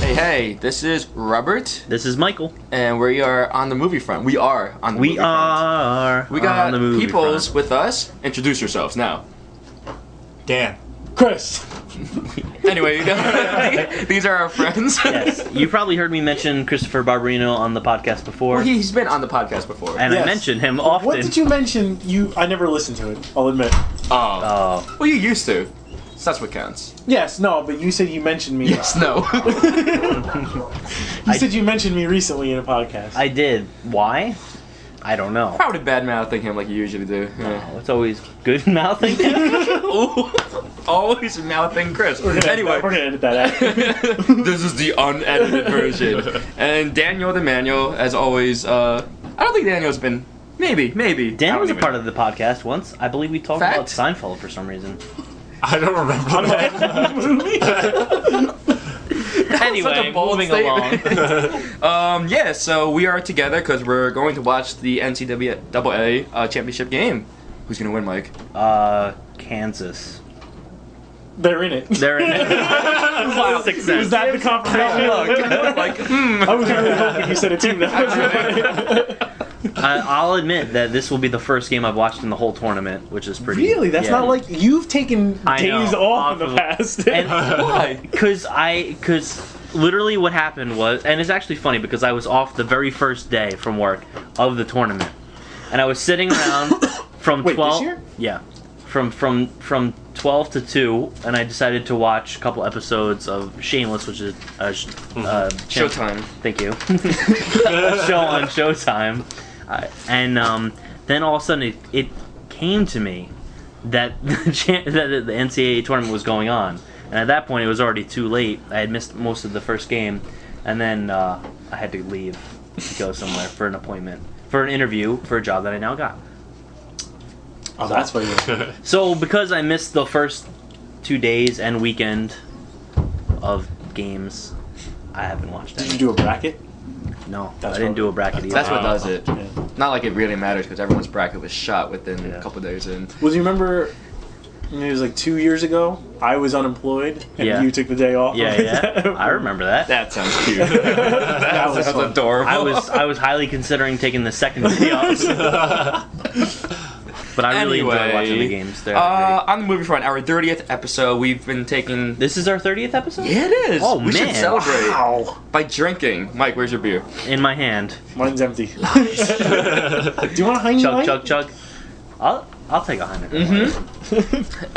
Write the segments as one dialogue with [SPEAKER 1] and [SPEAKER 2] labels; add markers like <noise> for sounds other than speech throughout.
[SPEAKER 1] Hey, hey, this is Robert,
[SPEAKER 2] This is Michael.
[SPEAKER 1] and we are on the movie front. We are on the
[SPEAKER 2] We
[SPEAKER 1] movie front.
[SPEAKER 2] are.
[SPEAKER 1] We got
[SPEAKER 2] on the movie
[SPEAKER 1] peoples
[SPEAKER 2] front.
[SPEAKER 1] with us. Introduce yourselves now.
[SPEAKER 3] Dan. Chris.
[SPEAKER 1] Anyway, <laughs> these are our
[SPEAKER 2] <laughs>
[SPEAKER 1] friends.
[SPEAKER 2] Yes, you probably heard me mention Christopher Barberino on the podcast
[SPEAKER 1] <laughs>
[SPEAKER 2] before,
[SPEAKER 1] Well, he's been on the podcast before.
[SPEAKER 2] and I
[SPEAKER 3] Yes.
[SPEAKER 2] mention him often.
[SPEAKER 3] What did you mention? You I never listened to it. I'll admit.
[SPEAKER 1] oh.
[SPEAKER 2] Oh,
[SPEAKER 1] well, you used to. So that's what counts.
[SPEAKER 3] Yes, no, but you said you mentioned me.
[SPEAKER 1] Yes, <laughs> no.
[SPEAKER 3] You said you mentioned me recently in a podcast.
[SPEAKER 2] I did. Why? I don't know.
[SPEAKER 1] Probably bad mouthing him like you usually do. Yeah. <laughs>
[SPEAKER 2] It's always good <laughs> mouthing.
[SPEAKER 1] Ooh, <laughs> always mouthing Chris.
[SPEAKER 2] <laughs>
[SPEAKER 3] We're gonna-
[SPEAKER 1] Anyway,
[SPEAKER 3] we're gonna edit that out.
[SPEAKER 1] <laughs> this is the unedited version. And Daniel the Manual, as always, uh, I don't think Daniel's been. Maybe, maybe.
[SPEAKER 2] Dan was a part of the podcast once. I believe we talked about
[SPEAKER 1] Fact.
[SPEAKER 2] Seinfeld for some
[SPEAKER 1] <laughs>
[SPEAKER 2] reason.
[SPEAKER 4] I don't remember that.
[SPEAKER 1] Such a
[SPEAKER 2] anyway,
[SPEAKER 1] bold
[SPEAKER 2] moving along.
[SPEAKER 1] statement. <laughs> Um, yeah, so we are together because we're going to watch the NCAA uh, championship game. Who's gonna win, Mike?
[SPEAKER 2] <laughs> Uh, Kansas.
[SPEAKER 3] <laughs> They're in it.
[SPEAKER 2] They're in
[SPEAKER 1] <laughs>
[SPEAKER 2] it. Six
[SPEAKER 3] Was that the
[SPEAKER 1] <laughs>
[SPEAKER 3] confirmation?
[SPEAKER 1] like, hmm.
[SPEAKER 3] I was really hoping you said a team. That
[SPEAKER 2] <laughs>
[SPEAKER 3] was
[SPEAKER 2] I, I'll admit that this will be the first game I've watched in the whole tournament, which is pretty.
[SPEAKER 3] really. That's
[SPEAKER 2] yeah.
[SPEAKER 3] not like you've taken
[SPEAKER 2] I know.
[SPEAKER 3] days off in the
[SPEAKER 2] Awful.
[SPEAKER 3] past.
[SPEAKER 2] And
[SPEAKER 1] Why?
[SPEAKER 2] because I because literally what happened was, and it's actually funny because I was off the very first day from work of the tournament, and I was sitting around <coughs> from
[SPEAKER 3] Wait, this
[SPEAKER 2] twelve.
[SPEAKER 3] year?
[SPEAKER 2] Yeah, from from from twelve to two, and I decided to watch a couple episodes of Shameless, which is a sh- uh, channel-
[SPEAKER 1] Showtime.
[SPEAKER 2] Thank you. <laughs> show on Showtime, uh, and um, then all of a sudden it, it came to me that <laughs> the, chan- that the NCAA tournament was going on, and at that point it was already too late. I had missed most of the first game, and then uh, I had to leave to go somewhere for an appointment, for an interview, for a job that I now got.
[SPEAKER 3] <laughs> oh, that's
[SPEAKER 2] <laughs>
[SPEAKER 3] what you.
[SPEAKER 2] So because I missed the first two days and weekend of games, I haven't watched
[SPEAKER 3] Did you
[SPEAKER 2] any.
[SPEAKER 3] do a bracket?
[SPEAKER 2] No, I
[SPEAKER 3] That's
[SPEAKER 2] didn't do a bracket either.
[SPEAKER 1] That's what
[SPEAKER 4] Wow.
[SPEAKER 1] does it.
[SPEAKER 3] Yeah.
[SPEAKER 1] Not like it really matters because everyone's bracket was shot within
[SPEAKER 2] Yeah.
[SPEAKER 1] a couple days in.
[SPEAKER 3] Well, do you remember? It was like two years ago. I was unemployed, and
[SPEAKER 2] Yeah.
[SPEAKER 3] you took the day off.
[SPEAKER 2] Yeah,
[SPEAKER 3] <laughs>
[SPEAKER 2] yeah, I remember that.
[SPEAKER 1] That <laughs> sounds cute.
[SPEAKER 3] that, was
[SPEAKER 1] sounds
[SPEAKER 3] fun.
[SPEAKER 1] adorable.
[SPEAKER 2] I was I was highly considering taking the second day off, but I really enjoy watching the games.
[SPEAKER 1] <laughs>
[SPEAKER 2] They're
[SPEAKER 1] Uh,
[SPEAKER 2] great.
[SPEAKER 1] on the movie front, our 30th episode, we've been taking.
[SPEAKER 2] This is our thirtieth episode.
[SPEAKER 1] Yeah, it is.
[SPEAKER 2] Oh,
[SPEAKER 1] we should
[SPEAKER 2] man.
[SPEAKER 1] celebrate
[SPEAKER 3] Ow!
[SPEAKER 1] by drinking. Mike, where's your beer?
[SPEAKER 2] In my hand,
[SPEAKER 3] <laughs> Mine's empty. <laughs> do you want a Heineken?
[SPEAKER 2] chug
[SPEAKER 3] Light?
[SPEAKER 2] chug chug. I'll I'll take a hundred.
[SPEAKER 1] Mhm.
[SPEAKER 2] Mm-hmm.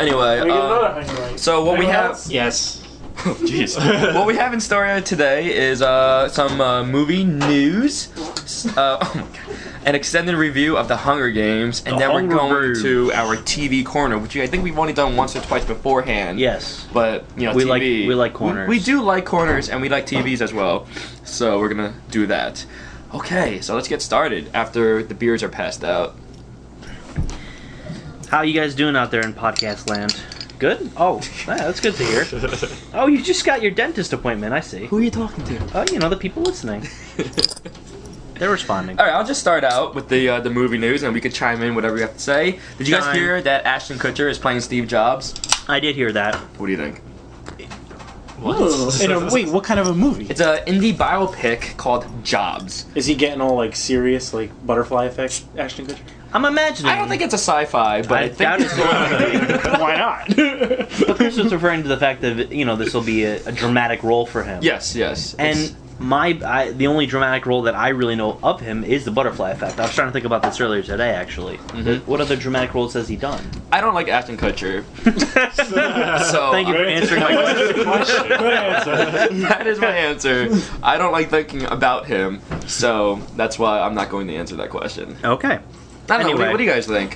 [SPEAKER 1] <laughs> Anyway,
[SPEAKER 3] Can we get
[SPEAKER 1] uh,
[SPEAKER 3] another Heineken? Light?
[SPEAKER 1] so what we
[SPEAKER 3] Anyone
[SPEAKER 1] have,
[SPEAKER 2] <laughs>
[SPEAKER 3] else?
[SPEAKER 4] yes.
[SPEAKER 3] <laughs>
[SPEAKER 1] jeez, what we have in store today is uh, some uh, movie news, s- uh, <laughs> oh my God, an extended review of the Hunger Games, and
[SPEAKER 2] The
[SPEAKER 1] then
[SPEAKER 2] Hunger
[SPEAKER 1] we're going
[SPEAKER 2] Games.
[SPEAKER 1] to our TV corner, which I think we've only done once or twice beforehand.
[SPEAKER 2] Yes.
[SPEAKER 1] But you know,
[SPEAKER 2] We
[SPEAKER 1] TV,
[SPEAKER 2] like- we like corners.
[SPEAKER 1] We, we do like corners, and we like TVs as well. So we're gonna do that. Okay, so let's get started after the beers are passed out.
[SPEAKER 2] How you guys doing out there in podcast land? Good. Oh, yeah, that's good to hear.
[SPEAKER 1] <laughs>
[SPEAKER 2] Oh, you just got your dentist appointment. I see.
[SPEAKER 1] are you talking <laughs> to?
[SPEAKER 2] Oh, you know the people listening. They're responding.
[SPEAKER 1] All right, I'll just start out with the uh, the movie news, and we could chime in whatever you have to say. Did you guys
[SPEAKER 2] Chime.
[SPEAKER 1] hear that Ashton Kutcher is playing Steve Jobs?
[SPEAKER 2] I did hear that.
[SPEAKER 1] What do you think?
[SPEAKER 3] Ooh, in a- wait, what kind of a movie?
[SPEAKER 1] It's an indie biopic called Jobs.
[SPEAKER 3] Is he getting all like serious, like butterfly effect, Ashton Kutcher?
[SPEAKER 2] I'm imagining.
[SPEAKER 1] I don't think it's a sci-fi, but I,
[SPEAKER 2] Hmm. I
[SPEAKER 1] think
[SPEAKER 2] doubt it's going
[SPEAKER 3] Why not?
[SPEAKER 2] But Chris was referring to the fact that you know this will be a, a dramatic role for
[SPEAKER 1] <laughs>
[SPEAKER 2] him.
[SPEAKER 1] yes, yes.
[SPEAKER 2] And
[SPEAKER 1] It's-
[SPEAKER 2] my I, the only dramatic role that I really know of him is the butterfly effect. I was trying to think about this earlier today, actually.
[SPEAKER 1] Mm-hmm.
[SPEAKER 2] What other dramatic roles has
[SPEAKER 4] <laughs>
[SPEAKER 2] he done? <laughs>
[SPEAKER 1] I don't like Ashton Kutcher, so
[SPEAKER 2] Thank you for answering my question.
[SPEAKER 3] Good
[SPEAKER 1] <laughs>
[SPEAKER 3] answer.
[SPEAKER 1] that is my answer. I don't like thinking about him, so that's why I'm not going to answer that question.
[SPEAKER 2] Okay.
[SPEAKER 1] I don't know,
[SPEAKER 2] Anyway.
[SPEAKER 1] what, do you guys think?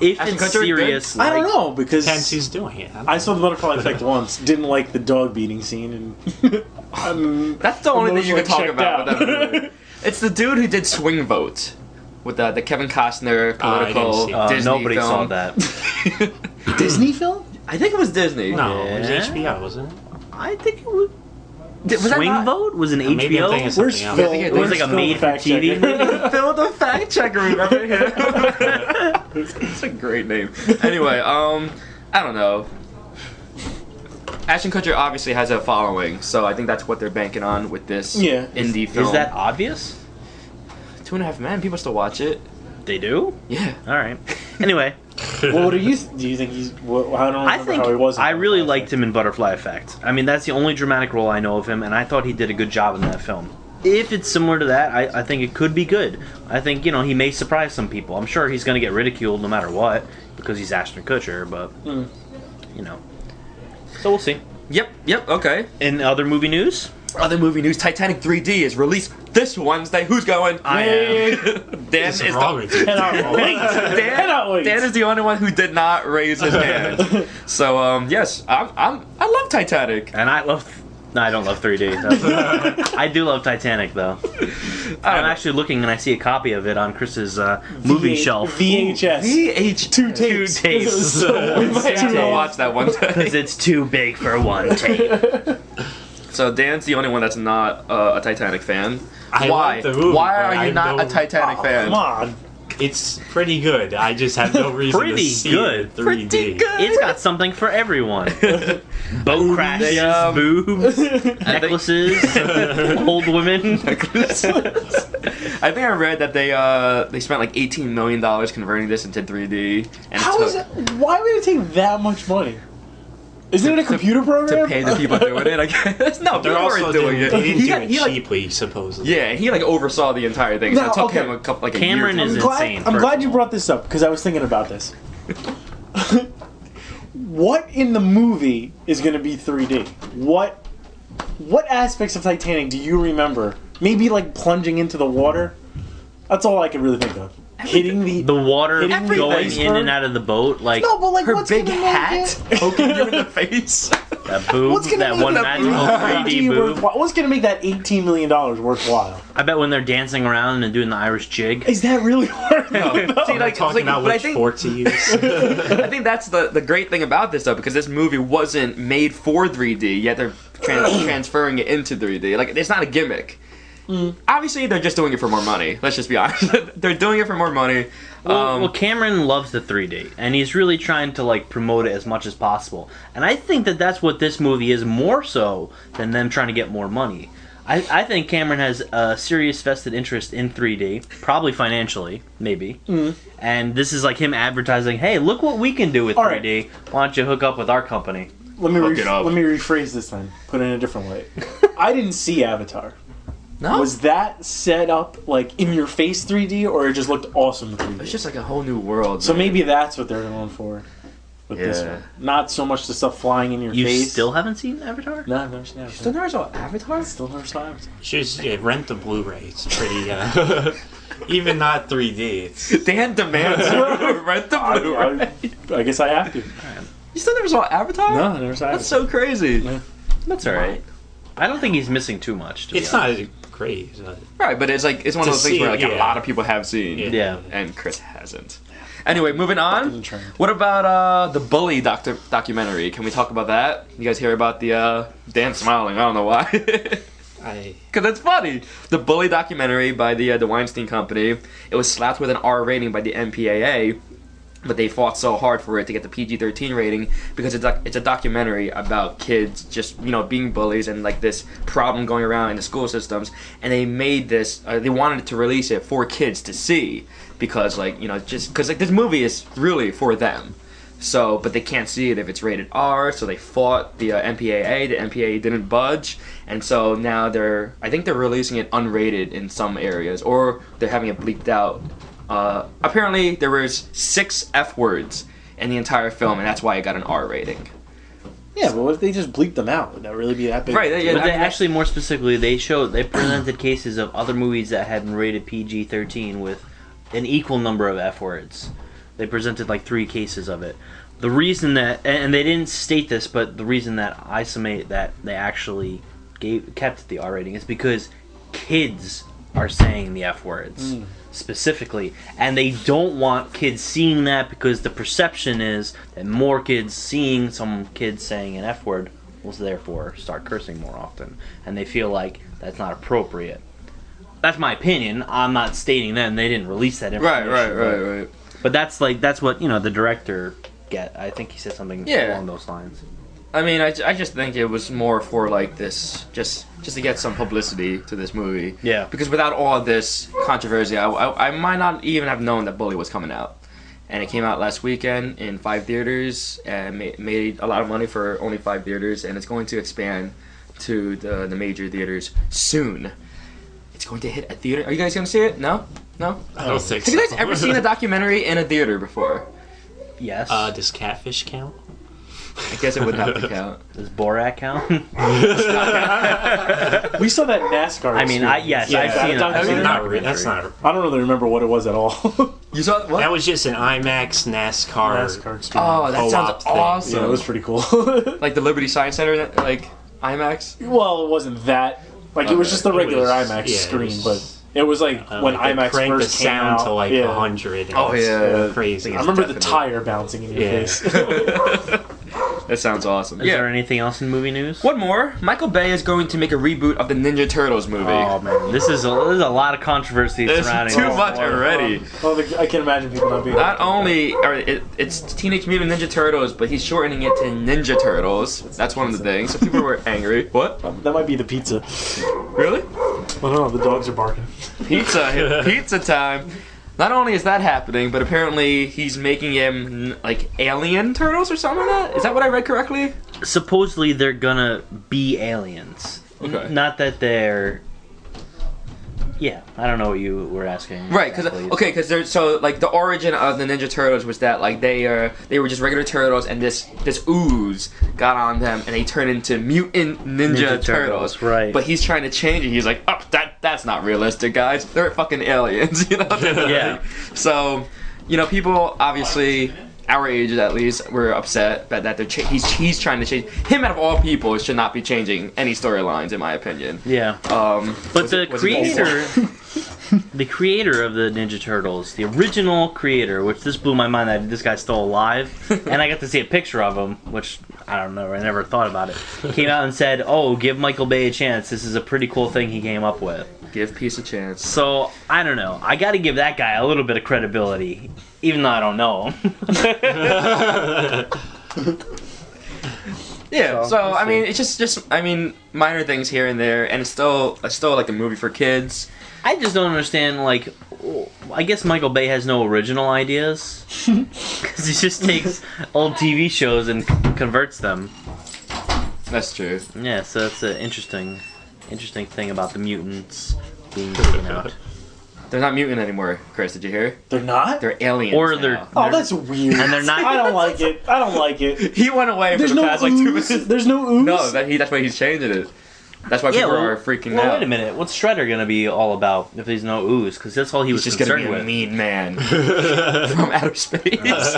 [SPEAKER 2] If
[SPEAKER 1] Ashton
[SPEAKER 2] it's
[SPEAKER 1] Kutcher, good?
[SPEAKER 2] serious,
[SPEAKER 3] <laughs> I don't
[SPEAKER 2] like-
[SPEAKER 3] know because
[SPEAKER 4] Hence he's doing it.
[SPEAKER 3] I saw the butterfly effect once. Didn't like the dog beating scene, and <laughs> um,
[SPEAKER 1] That's the only thing you
[SPEAKER 3] Emotionally
[SPEAKER 1] can talk
[SPEAKER 2] <laughs>
[SPEAKER 3] checked <laughs>
[SPEAKER 1] about. With
[SPEAKER 3] out.
[SPEAKER 1] that movie. it's the dude who did Swing Vote. with uh, the, the Kevin Costner
[SPEAKER 4] Uh, I didn't
[SPEAKER 1] political
[SPEAKER 4] see it.
[SPEAKER 2] Uh,
[SPEAKER 1] Disney
[SPEAKER 2] nobody
[SPEAKER 1] film.
[SPEAKER 2] saw that.
[SPEAKER 4] Disney film?
[SPEAKER 1] <laughs> I think it was Disney.
[SPEAKER 4] No, it was
[SPEAKER 2] Yeah.
[SPEAKER 4] HBO, wasn't it?
[SPEAKER 2] I think it was.
[SPEAKER 1] Did- was that
[SPEAKER 2] Swing
[SPEAKER 1] not-
[SPEAKER 2] Vote was an
[SPEAKER 4] Maybe I'm
[SPEAKER 2] HBO.
[SPEAKER 4] thinking
[SPEAKER 2] It
[SPEAKER 4] something
[SPEAKER 3] Where's
[SPEAKER 4] else.
[SPEAKER 3] Phil?
[SPEAKER 1] It
[SPEAKER 2] was
[SPEAKER 1] Where's
[SPEAKER 2] like a
[SPEAKER 3] Phil
[SPEAKER 2] made for
[SPEAKER 3] fact
[SPEAKER 2] TV
[SPEAKER 3] checker?
[SPEAKER 1] <laughs>
[SPEAKER 2] movie.
[SPEAKER 1] Phil the fact checker,
[SPEAKER 4] <laughs>
[SPEAKER 1] remember him? It's a great name. Anyway, um, I don't know. Ashton Kutcher obviously has a following, so I think that's what they're banking on with this
[SPEAKER 3] Yeah.
[SPEAKER 1] indie film.
[SPEAKER 2] Is that obvious?
[SPEAKER 1] Two and a Half Men? People still watch it.
[SPEAKER 2] They do?
[SPEAKER 1] Yeah.
[SPEAKER 2] <laughs> Alright. Anyway,
[SPEAKER 3] well, what do you th- do? You think he's? Well, I don't remember
[SPEAKER 2] I think
[SPEAKER 3] how he was. in
[SPEAKER 2] I really
[SPEAKER 3] Butterfly
[SPEAKER 2] liked him in Butterfly Effect. I mean, that's the only dramatic role I know of him, and I thought he did a good job in that film. If it's similar to that, I, I think it could be good. I think, you know, he may surprise some people. I'm sure he's going to get ridiculed no matter what because he's Ashton Kutcher, but,
[SPEAKER 3] Mm.
[SPEAKER 2] you know. So we'll see.
[SPEAKER 1] Yep, yep, okay.
[SPEAKER 2] In other movie news,
[SPEAKER 1] Other movie news Titanic 3D is released this Wednesday. Who's going?
[SPEAKER 2] I am.
[SPEAKER 1] <laughs> Dan is
[SPEAKER 4] What's wrong
[SPEAKER 1] the,
[SPEAKER 4] with you?
[SPEAKER 3] <laughs> Cannot wait. Cannot
[SPEAKER 1] Dan,
[SPEAKER 3] wait.
[SPEAKER 1] Dan is the only one who did not raise his
[SPEAKER 4] <laughs>
[SPEAKER 1] hand. So um, yes, I'm, I'm I love Titanic.
[SPEAKER 2] and I love. No, I don't love
[SPEAKER 3] <laughs>
[SPEAKER 2] 3D. though. I do love Titanic, though. I'm
[SPEAKER 1] know.
[SPEAKER 2] actually looking and I see a copy of it on Chris's uh, movie
[SPEAKER 3] V-
[SPEAKER 2] shelf.
[SPEAKER 3] VHS.
[SPEAKER 1] VH
[SPEAKER 3] Two tapes.
[SPEAKER 2] tapes.
[SPEAKER 3] <laughs> So we might
[SPEAKER 1] I'm
[SPEAKER 3] have
[SPEAKER 1] gonna
[SPEAKER 3] to
[SPEAKER 1] watch that one
[SPEAKER 4] <laughs>
[SPEAKER 2] Because
[SPEAKER 1] day.
[SPEAKER 2] it's too big for one tape.
[SPEAKER 1] So Dan's the only one that's not uh, a Titanic fan.
[SPEAKER 4] I
[SPEAKER 1] Why?
[SPEAKER 4] like the movie,
[SPEAKER 1] Why
[SPEAKER 4] but
[SPEAKER 1] are you
[SPEAKER 4] I
[SPEAKER 1] not a
[SPEAKER 4] don't-
[SPEAKER 1] Titanic
[SPEAKER 3] Oh,
[SPEAKER 1] fan?
[SPEAKER 3] <laughs> Come on.
[SPEAKER 4] <laughs> It's pretty good. I just have no reason
[SPEAKER 2] Pretty
[SPEAKER 4] to see
[SPEAKER 2] good.
[SPEAKER 4] it in 3D.
[SPEAKER 2] It's got something for everyone.
[SPEAKER 4] <laughs>
[SPEAKER 2] Boat crashes,
[SPEAKER 1] They, um,
[SPEAKER 2] boobs,
[SPEAKER 1] I think-
[SPEAKER 2] <laughs> necklaces, old
[SPEAKER 1] <laughs>
[SPEAKER 2] women.
[SPEAKER 1] I think I read that they uh, they spent like 18 million dollars converting this into 3D. And
[SPEAKER 3] How
[SPEAKER 1] took-
[SPEAKER 3] is it? Why would it take that much money? Isn't it a computer program?
[SPEAKER 1] to pay the people
[SPEAKER 3] <laughs>
[SPEAKER 1] doing it? I <laughs> guess no,
[SPEAKER 4] They're
[SPEAKER 1] they weren't
[SPEAKER 4] also
[SPEAKER 1] doing
[SPEAKER 4] They didn't
[SPEAKER 1] it. <laughs>
[SPEAKER 4] do
[SPEAKER 1] had-
[SPEAKER 4] it
[SPEAKER 1] like,
[SPEAKER 4] cheaply, supposedly.
[SPEAKER 1] yeah, he like oversaw the entire thing. So
[SPEAKER 3] No,
[SPEAKER 1] it took
[SPEAKER 3] okay.
[SPEAKER 1] him a couple like a
[SPEAKER 2] Cameron
[SPEAKER 1] year to- <laughs>
[SPEAKER 2] is
[SPEAKER 3] I'm glad,
[SPEAKER 2] insane,
[SPEAKER 3] I'm
[SPEAKER 2] first
[SPEAKER 3] glad
[SPEAKER 2] of
[SPEAKER 3] you
[SPEAKER 2] all.
[SPEAKER 3] brought this up because I was thinking about this. what in the movie is going to be 3D? What what aspects of Titanic do you remember? Maybe like plunging into the water. That's all I can really think of. Hitting the,
[SPEAKER 2] The water
[SPEAKER 3] Hitting
[SPEAKER 1] the
[SPEAKER 2] going
[SPEAKER 1] iceberg.
[SPEAKER 2] in and out of the boat, like
[SPEAKER 3] no, but like
[SPEAKER 1] her
[SPEAKER 3] what's
[SPEAKER 1] big
[SPEAKER 3] gonna
[SPEAKER 1] hat
[SPEAKER 3] Make it,
[SPEAKER 1] poking you in <laughs> the face.
[SPEAKER 2] that boob,
[SPEAKER 3] what's gonna
[SPEAKER 2] that
[SPEAKER 3] make
[SPEAKER 2] one
[SPEAKER 3] that
[SPEAKER 2] magical
[SPEAKER 3] <laughs>
[SPEAKER 2] 3D
[SPEAKER 3] 3D
[SPEAKER 2] boob.
[SPEAKER 3] worthwhile? What's gonna make that eighteen million dollars worthwhile?
[SPEAKER 2] I bet when they're dancing around and doing the Irish jig,
[SPEAKER 3] Is that <laughs> really hard?
[SPEAKER 1] See, like,
[SPEAKER 4] Talking
[SPEAKER 1] like,
[SPEAKER 4] about
[SPEAKER 1] but I
[SPEAKER 4] which
[SPEAKER 1] think
[SPEAKER 4] fork to
[SPEAKER 1] <laughs>
[SPEAKER 4] use.
[SPEAKER 1] I think that's the the great thing about this though, because this movie wasn't made for 3D, yet they're <clears throat> trans- transferring it into 3D. Like it's not a gimmick. Mm. Obviously, they're just doing it for more money. Let's just be honest. <laughs> they're doing it for more money.
[SPEAKER 2] Well,
[SPEAKER 1] Um,
[SPEAKER 2] well, Cameron loves the 3D, and he's really trying to like promote it as much as possible. And I think that that's what this movie is more so than them trying to get more money. I, I think Cameron has a serious vested interest in 3D, probably financially, maybe.
[SPEAKER 3] Mm-hmm.
[SPEAKER 2] And this is like him advertising, "Hey, look what we can do with
[SPEAKER 3] All right.
[SPEAKER 2] 3D. Why don't you hook up with our company?"
[SPEAKER 3] let me
[SPEAKER 1] Look
[SPEAKER 3] reph-
[SPEAKER 1] it up.
[SPEAKER 3] let me rephrase this then. Put it in a different way. I didn't see Avatar.
[SPEAKER 1] no,
[SPEAKER 3] Was that set up like in your face 3D or it just looked awesome 3D?
[SPEAKER 1] it's just like a whole new world.
[SPEAKER 3] so
[SPEAKER 1] man.
[SPEAKER 3] maybe that's what they're going for with this
[SPEAKER 1] Yeah.
[SPEAKER 3] one. Not so much the stuff flying in your
[SPEAKER 2] You
[SPEAKER 3] face.
[SPEAKER 2] still haven't seen Avatar?
[SPEAKER 3] No, I've never seen Avatar.
[SPEAKER 1] Still never saw Avatar?
[SPEAKER 3] Still never saw
[SPEAKER 1] <laughs>
[SPEAKER 3] Avatar.
[SPEAKER 4] Just yeah, rent the Blu-ray. It's pretty. Uh, <laughs> even not 3D. It's
[SPEAKER 1] Dan demands
[SPEAKER 4] <laughs>
[SPEAKER 1] you rent the
[SPEAKER 3] I,
[SPEAKER 1] Blu-ray.
[SPEAKER 3] I- I guess I have to.
[SPEAKER 1] You still never saw Avatar?
[SPEAKER 3] No, I never saw
[SPEAKER 1] That's so
[SPEAKER 3] Avatar.
[SPEAKER 1] crazy.
[SPEAKER 3] Yeah.
[SPEAKER 1] That's all right.
[SPEAKER 2] I don't think he's missing too much. To be
[SPEAKER 4] it's
[SPEAKER 2] honest.
[SPEAKER 4] not great. but-
[SPEAKER 1] Right, but it's like it's one
[SPEAKER 4] To
[SPEAKER 1] of those things
[SPEAKER 4] see
[SPEAKER 1] where
[SPEAKER 4] it,
[SPEAKER 1] like a
[SPEAKER 4] yeah.
[SPEAKER 1] lot of people have seen.
[SPEAKER 4] Yeah.
[SPEAKER 2] Yeah.
[SPEAKER 1] and Chris hasn't. Anyway, moving on.
[SPEAKER 3] Fucking trend.
[SPEAKER 1] What about uh, the bully doctor documentary? Can we talk about that? You guys hear about the uh, Dan smiling? I don't know why, <laughs> because
[SPEAKER 4] I
[SPEAKER 1] that's funny. The bully documentary by the uh, the Weinstein Company. It was slapped with an R rating by the MPAA, but they fought so hard for it to get the PG-13 rating because it's like it's a documentary about kids just you know being bullies and like this problem going around in the school systems and they made this uh, they wanted to release it for kids to see because like you know just because like this movie is really for them so but they can't see it if it's rated R so they fought the uh, MPAA the MPAA didn't budge and so now they're I think they're releasing it unrated in some areas or they're having it bleeped out uh, apparently there was six F words in the entire film, and that's why it got an R rating.
[SPEAKER 3] Yeah, but what if they just bleeped them out? Would that really be that big?
[SPEAKER 1] Right, yeah,
[SPEAKER 2] But
[SPEAKER 1] I
[SPEAKER 2] they
[SPEAKER 1] mean,
[SPEAKER 2] actually, more specifically, they showed they presented cases of other movies that had been rated PG thirteen with an equal number of F words. They presented like three cases of it. The reason that, and and they didn't state this, but the reason that I summate that they actually gave kept the R rating is because kids are saying the F words
[SPEAKER 1] Hmm.
[SPEAKER 2] specifically. And they don't want kids seeing that because the perception is that more kids seeing some kids saying an F word will therefore start cursing more often. And they feel like that's not appropriate. That's my opinion. I'm not stating them. They didn't release that
[SPEAKER 1] Right,
[SPEAKER 2] information.
[SPEAKER 1] right, right,
[SPEAKER 2] but-
[SPEAKER 1] right.
[SPEAKER 2] But that's like that's what you know the director get. I think he said something
[SPEAKER 1] Yeah.
[SPEAKER 2] along those lines.
[SPEAKER 1] I mean, I, ju- I just think it was more for like this, just just to get some publicity to this movie.
[SPEAKER 2] Yeah.
[SPEAKER 1] Because without all this controversy, I, I, I might not even have known that Bully was coming out. And it came out last weekend in five theaters and ma- made a lot of money for only five theaters, and it's going to expand to the, the major theaters soon. It's going to hit a theater. Are you guys going to see it? No? No?
[SPEAKER 4] I don't think
[SPEAKER 1] Have you guys
[SPEAKER 4] so.
[SPEAKER 1] ever seen
[SPEAKER 4] <laughs>
[SPEAKER 3] <laughs>
[SPEAKER 1] a documentary in a theater before?
[SPEAKER 2] Yes.
[SPEAKER 4] Uh, does catfish
[SPEAKER 1] <laughs>
[SPEAKER 4] count? <laughs>
[SPEAKER 1] I guess it would not count.
[SPEAKER 2] Does
[SPEAKER 1] <laughs>
[SPEAKER 2] Borat count?
[SPEAKER 3] We saw that NASCAR.
[SPEAKER 2] I mean, I,
[SPEAKER 3] experience.
[SPEAKER 2] yes,
[SPEAKER 4] Yeah,
[SPEAKER 2] I've
[SPEAKER 4] that-
[SPEAKER 2] seen. it.
[SPEAKER 3] that's
[SPEAKER 2] I've seen the
[SPEAKER 4] not re- that's
[SPEAKER 2] documentary.
[SPEAKER 4] not.
[SPEAKER 3] I don't really remember what it was at all. <laughs>
[SPEAKER 1] You saw what?
[SPEAKER 4] That was just an IMAX NASCAR.
[SPEAKER 3] NASCAR experience.
[SPEAKER 1] oh, that
[SPEAKER 4] co-op
[SPEAKER 1] sounds
[SPEAKER 4] thing.
[SPEAKER 1] awesome.
[SPEAKER 3] yeah, it was pretty cool. <laughs>
[SPEAKER 1] like the Liberty Science Center, like IMAX. <laughs>
[SPEAKER 3] well, it wasn't that. Like it was
[SPEAKER 1] Okay.
[SPEAKER 3] just the
[SPEAKER 4] It
[SPEAKER 3] regular
[SPEAKER 4] was- yeah,
[SPEAKER 3] IMAX
[SPEAKER 4] it
[SPEAKER 3] screen,
[SPEAKER 4] was-
[SPEAKER 3] but it was like
[SPEAKER 4] uh,
[SPEAKER 3] when
[SPEAKER 4] like, they
[SPEAKER 3] IMAX
[SPEAKER 4] cranked
[SPEAKER 3] first
[SPEAKER 4] the
[SPEAKER 3] came
[SPEAKER 4] sound
[SPEAKER 3] out.
[SPEAKER 4] to like
[SPEAKER 3] yeah.
[SPEAKER 4] hundred.
[SPEAKER 1] Oh, yeah.
[SPEAKER 4] crazy.
[SPEAKER 3] I remember the
[SPEAKER 1] Definitely.
[SPEAKER 3] tire bouncing in your
[SPEAKER 4] Yeah.
[SPEAKER 3] face.
[SPEAKER 4] <laughs>
[SPEAKER 1] That sounds awesome.
[SPEAKER 2] Is
[SPEAKER 1] yeah.
[SPEAKER 2] there anything else in movie news?
[SPEAKER 1] One more. Michael Bay is going to make a reboot of the Ninja Turtles movie.
[SPEAKER 2] Oh man, this is a, there's a lot of controversy
[SPEAKER 1] There's
[SPEAKER 2] surrounding
[SPEAKER 1] too
[SPEAKER 2] this.
[SPEAKER 1] much already.
[SPEAKER 3] oh, the, I can imagine people not being.
[SPEAKER 1] Not only are it, it's Teenage Mutant Ninja Turtles, but he's shortening it to Ninja Turtles. That's one of the things. So people were angry. What?
[SPEAKER 3] Um, that might be the pizza.
[SPEAKER 1] Really?
[SPEAKER 3] I don't know. The dogs are barking.
[SPEAKER 1] Pizza. pizza time. Not only is that happening, but apparently he's making him like alien turtles or something like that. Is that what I read correctly?
[SPEAKER 2] Supposedly they're gonna be aliens. N-
[SPEAKER 1] Okay.
[SPEAKER 2] Not that they're. Yeah, I don't know what you were asking.
[SPEAKER 1] Right, because
[SPEAKER 2] exactly.
[SPEAKER 1] okay, because they're so like the origin of the Ninja Turtles was that like they are they were just regular turtles and this this ooze got on them and they turned into mutant Ninja,
[SPEAKER 2] Ninja
[SPEAKER 1] turtles.
[SPEAKER 2] Turtles, right.
[SPEAKER 1] But he's trying to change it. He's like, oh, that that's not realistic, guys. They're fucking aliens, <laughs> you know.
[SPEAKER 2] <laughs> Yeah.
[SPEAKER 1] So, you know, people obviously. Our ages, at least, were upset that, that they're cha- he's he's trying to change him. Out of all people, should not be changing any storylines, in my opinion.
[SPEAKER 2] Yeah.
[SPEAKER 1] Um,
[SPEAKER 2] But the
[SPEAKER 1] it- was it
[SPEAKER 2] creator, <laughs> the creator of the Ninja Turtles, the original creator, which this blew my mind that this guy's still <laughs> alive, and I got to see a picture of him, which I don't know, I never thought about it. Came out and said, "Oh, give Michael Bay a chance. This is a pretty cool thing he came up with."
[SPEAKER 1] give peace a chance.
[SPEAKER 2] So I don't know. I got to give that guy a little bit of credibility, even though I don't know him. <laughs>
[SPEAKER 1] Yeah, so,
[SPEAKER 2] So, we'll
[SPEAKER 1] I
[SPEAKER 2] see.
[SPEAKER 1] mean, it's just just I mean minor things here and there, and it's still it's still like a movie for kids.
[SPEAKER 2] I just don't understand. Like, I guess Michael Bay has no original ideas <laughs> because he just takes old TV shows and converts them.
[SPEAKER 1] That's true.
[SPEAKER 2] Yeah, so that's an interesting, interesting thing about the mutants being taken out.
[SPEAKER 1] They're not mutant anymore, Chris. Did you hear?
[SPEAKER 3] They're not.
[SPEAKER 1] They're aliens.
[SPEAKER 2] Or they're-
[SPEAKER 1] now.
[SPEAKER 3] oh, that's weird.
[SPEAKER 2] And they're not-
[SPEAKER 3] I don't like it. I don't like it.
[SPEAKER 1] he went away
[SPEAKER 3] There's
[SPEAKER 1] for the
[SPEAKER 3] no
[SPEAKER 1] past like two
[SPEAKER 3] ooze.
[SPEAKER 1] minutes.
[SPEAKER 3] There's no
[SPEAKER 1] <laughs>
[SPEAKER 3] ooze.
[SPEAKER 1] No, that he that's why he's changing it. That's why people
[SPEAKER 2] well,
[SPEAKER 1] are freaking
[SPEAKER 2] well,
[SPEAKER 1] out.
[SPEAKER 2] wait a minute. What's Shredder gonna be all about if there's no ooze? Because that's all he was
[SPEAKER 1] He's just gonna
[SPEAKER 2] concerned
[SPEAKER 1] be a
[SPEAKER 2] with.
[SPEAKER 1] mean
[SPEAKER 2] <laughs>
[SPEAKER 1] man from outer space.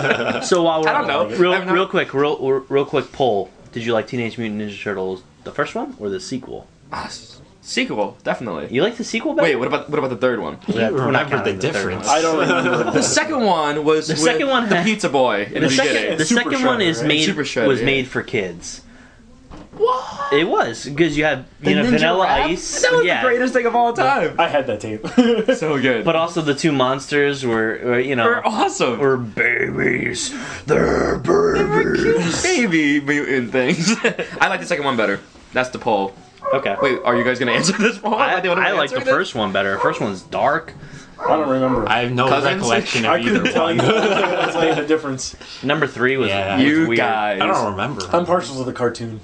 [SPEAKER 2] So while we're
[SPEAKER 1] I don't
[SPEAKER 2] on-
[SPEAKER 1] know.
[SPEAKER 2] real,
[SPEAKER 1] I'm not-
[SPEAKER 2] real quick, real, real quick poll. Did you like Teenage Mutant Ninja Turtles, the first one or the sequel?
[SPEAKER 1] Ah, s- Sequel, definitely.
[SPEAKER 2] You like the sequel better?
[SPEAKER 1] Wait, what about what about the third one?
[SPEAKER 2] We're not-
[SPEAKER 4] You
[SPEAKER 2] we're not
[SPEAKER 4] remember the
[SPEAKER 2] counting third one.
[SPEAKER 4] difference.
[SPEAKER 3] I don't
[SPEAKER 1] <laughs>
[SPEAKER 3] remember.
[SPEAKER 2] <laughs>
[SPEAKER 1] The second one was the
[SPEAKER 2] second one
[SPEAKER 1] the
[SPEAKER 2] had-
[SPEAKER 1] pizza boy in the,
[SPEAKER 2] The second,
[SPEAKER 1] beginning.
[SPEAKER 2] the
[SPEAKER 3] Super
[SPEAKER 2] second one
[SPEAKER 3] Shredder,
[SPEAKER 2] is
[SPEAKER 3] right?
[SPEAKER 2] made
[SPEAKER 1] Super Shredder,
[SPEAKER 2] was
[SPEAKER 1] yeah.
[SPEAKER 2] made for kids.
[SPEAKER 1] What?
[SPEAKER 2] It was because you have you know
[SPEAKER 1] Ninja
[SPEAKER 2] Vanilla
[SPEAKER 1] rap?
[SPEAKER 2] Ice,
[SPEAKER 1] That was
[SPEAKER 2] yeah,
[SPEAKER 1] the greatest thing of all time.
[SPEAKER 3] I had that tape. <laughs>
[SPEAKER 1] So good.
[SPEAKER 2] but also the two monsters were, were you know
[SPEAKER 1] They're awesome.
[SPEAKER 2] were babies. They're
[SPEAKER 1] They're
[SPEAKER 2] babies.
[SPEAKER 1] cute baby mutant things. <laughs> I like the second one better. That's the poll.
[SPEAKER 2] Okay.
[SPEAKER 1] Wait, are you guys gonna answer this poll?
[SPEAKER 2] I,
[SPEAKER 1] Am the only
[SPEAKER 2] I
[SPEAKER 1] one
[SPEAKER 2] like the
[SPEAKER 1] answering
[SPEAKER 2] first one better. First one's dark.
[SPEAKER 3] I don't remember. I,
[SPEAKER 4] I have no
[SPEAKER 1] Cousins?
[SPEAKER 4] recollection of either
[SPEAKER 3] couldn't
[SPEAKER 4] one.
[SPEAKER 3] tell you. <laughs> I was like the difference.
[SPEAKER 2] Number three was
[SPEAKER 4] Yeah.
[SPEAKER 1] this?
[SPEAKER 2] was
[SPEAKER 1] You
[SPEAKER 2] weird.
[SPEAKER 1] guys.
[SPEAKER 4] I don't remember.
[SPEAKER 3] I'm partial to the cartoon.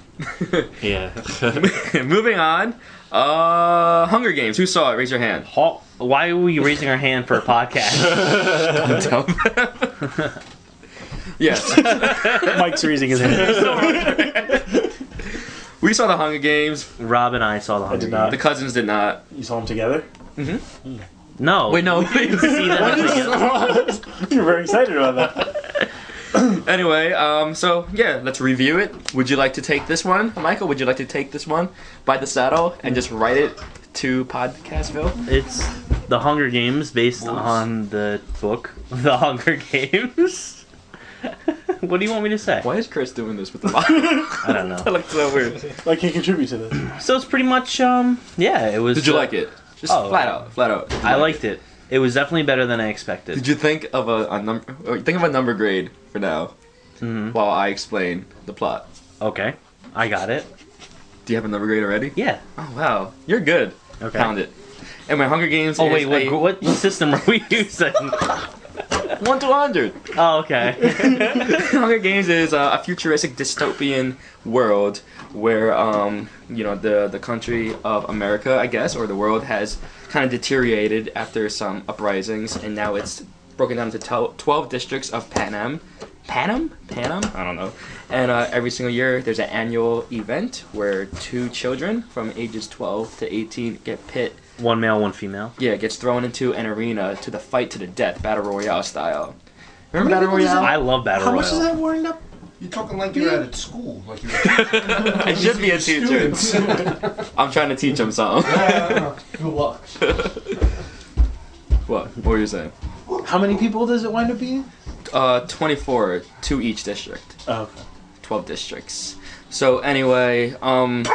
[SPEAKER 4] yeah.
[SPEAKER 3] <laughs>
[SPEAKER 1] <laughs> Moving on. Uh, Hunger Games. Who saw it? Raise your
[SPEAKER 2] <laughs>
[SPEAKER 1] hand.
[SPEAKER 2] Paul, why are we raising our hand for
[SPEAKER 1] <laughs>
[SPEAKER 2] a podcast?
[SPEAKER 1] yes, <laughs>
[SPEAKER 3] Mike's raising his <laughs> hand.
[SPEAKER 1] we saw the Hunger Games.
[SPEAKER 2] Rob and I saw the Hunger
[SPEAKER 3] did not.
[SPEAKER 1] The cousins did not.
[SPEAKER 3] You saw them together.
[SPEAKER 2] Games. No.
[SPEAKER 1] Wait, no. <laughs>
[SPEAKER 2] <laughs> See that?
[SPEAKER 3] You're very excited about that.
[SPEAKER 1] anyway, um, so yeah, let's review it. Would you like to take this one, Michael? Would you like to take this one by the saddle and just write it to Podcastville?
[SPEAKER 2] It's the Hunger Games based on the book, <laughs> The Hunger Games. <laughs> what do you want me to say?
[SPEAKER 1] Why is Chris doing this with <laughs> the mic?
[SPEAKER 2] I don't know.
[SPEAKER 1] that looked so weird.
[SPEAKER 3] Like he contributes to this.
[SPEAKER 2] So it's pretty much um yeah, it was
[SPEAKER 1] Did you like it? Just
[SPEAKER 2] Oh.
[SPEAKER 1] flat out, flat out. Did you
[SPEAKER 2] I
[SPEAKER 1] like
[SPEAKER 2] liked it. It was definitely better than I expected.
[SPEAKER 1] Did you think of a, a number? or Think of a number grade for now,
[SPEAKER 2] Mhm.
[SPEAKER 1] while I explain the plot.
[SPEAKER 2] Okay. I got it.
[SPEAKER 1] Do you have a number grade already?
[SPEAKER 2] Yeah.
[SPEAKER 1] Oh wow, you're good.
[SPEAKER 2] Okay.
[SPEAKER 1] Found it. And my Hunger Games.
[SPEAKER 2] Oh
[SPEAKER 1] is
[SPEAKER 2] wait,
[SPEAKER 1] a
[SPEAKER 2] what, what
[SPEAKER 1] <laughs>
[SPEAKER 2] system are we using?
[SPEAKER 1] One to hundred.
[SPEAKER 2] Oh, okay.
[SPEAKER 1] <laughs> Hunger Games is uh, a futuristic dystopian world where um, you know the the country of America, I guess, or the world has kind of deteriorated after some uprisings, and now it's broken down into tel- twelve districts of Panem. Panem? Panem? I don't know. And uh, every single year, there's an annual event where two children from ages 12 to 18 get pit
[SPEAKER 2] one male, one female.
[SPEAKER 1] yeah, gets thrown into an arena to the fight to the death, battle royale style. Remember battle
[SPEAKER 3] people does
[SPEAKER 1] royale?
[SPEAKER 2] I love Battle
[SPEAKER 3] How
[SPEAKER 2] Royale.
[SPEAKER 3] much is that warmed up?
[SPEAKER 5] You're talking like you're out at school.
[SPEAKER 3] <laughs>
[SPEAKER 5] Like you're I
[SPEAKER 1] I should be a teacher. I'm trying to teach him something.
[SPEAKER 5] Good luck.
[SPEAKER 1] <laughs> what? What were you saying?
[SPEAKER 3] How many people does it wind up being?
[SPEAKER 1] Uh, 24 to each district.
[SPEAKER 3] Oh, okay.
[SPEAKER 1] 12 districts. So anyway, um,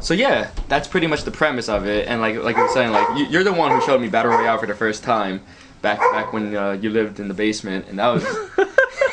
[SPEAKER 1] so yeah, that's pretty much the premise of it. And like like I was saying, like you, you're the one who showed me battle royale for the first time, back back when uh, you lived in the basement, and that
[SPEAKER 2] <laughs>
[SPEAKER 1] was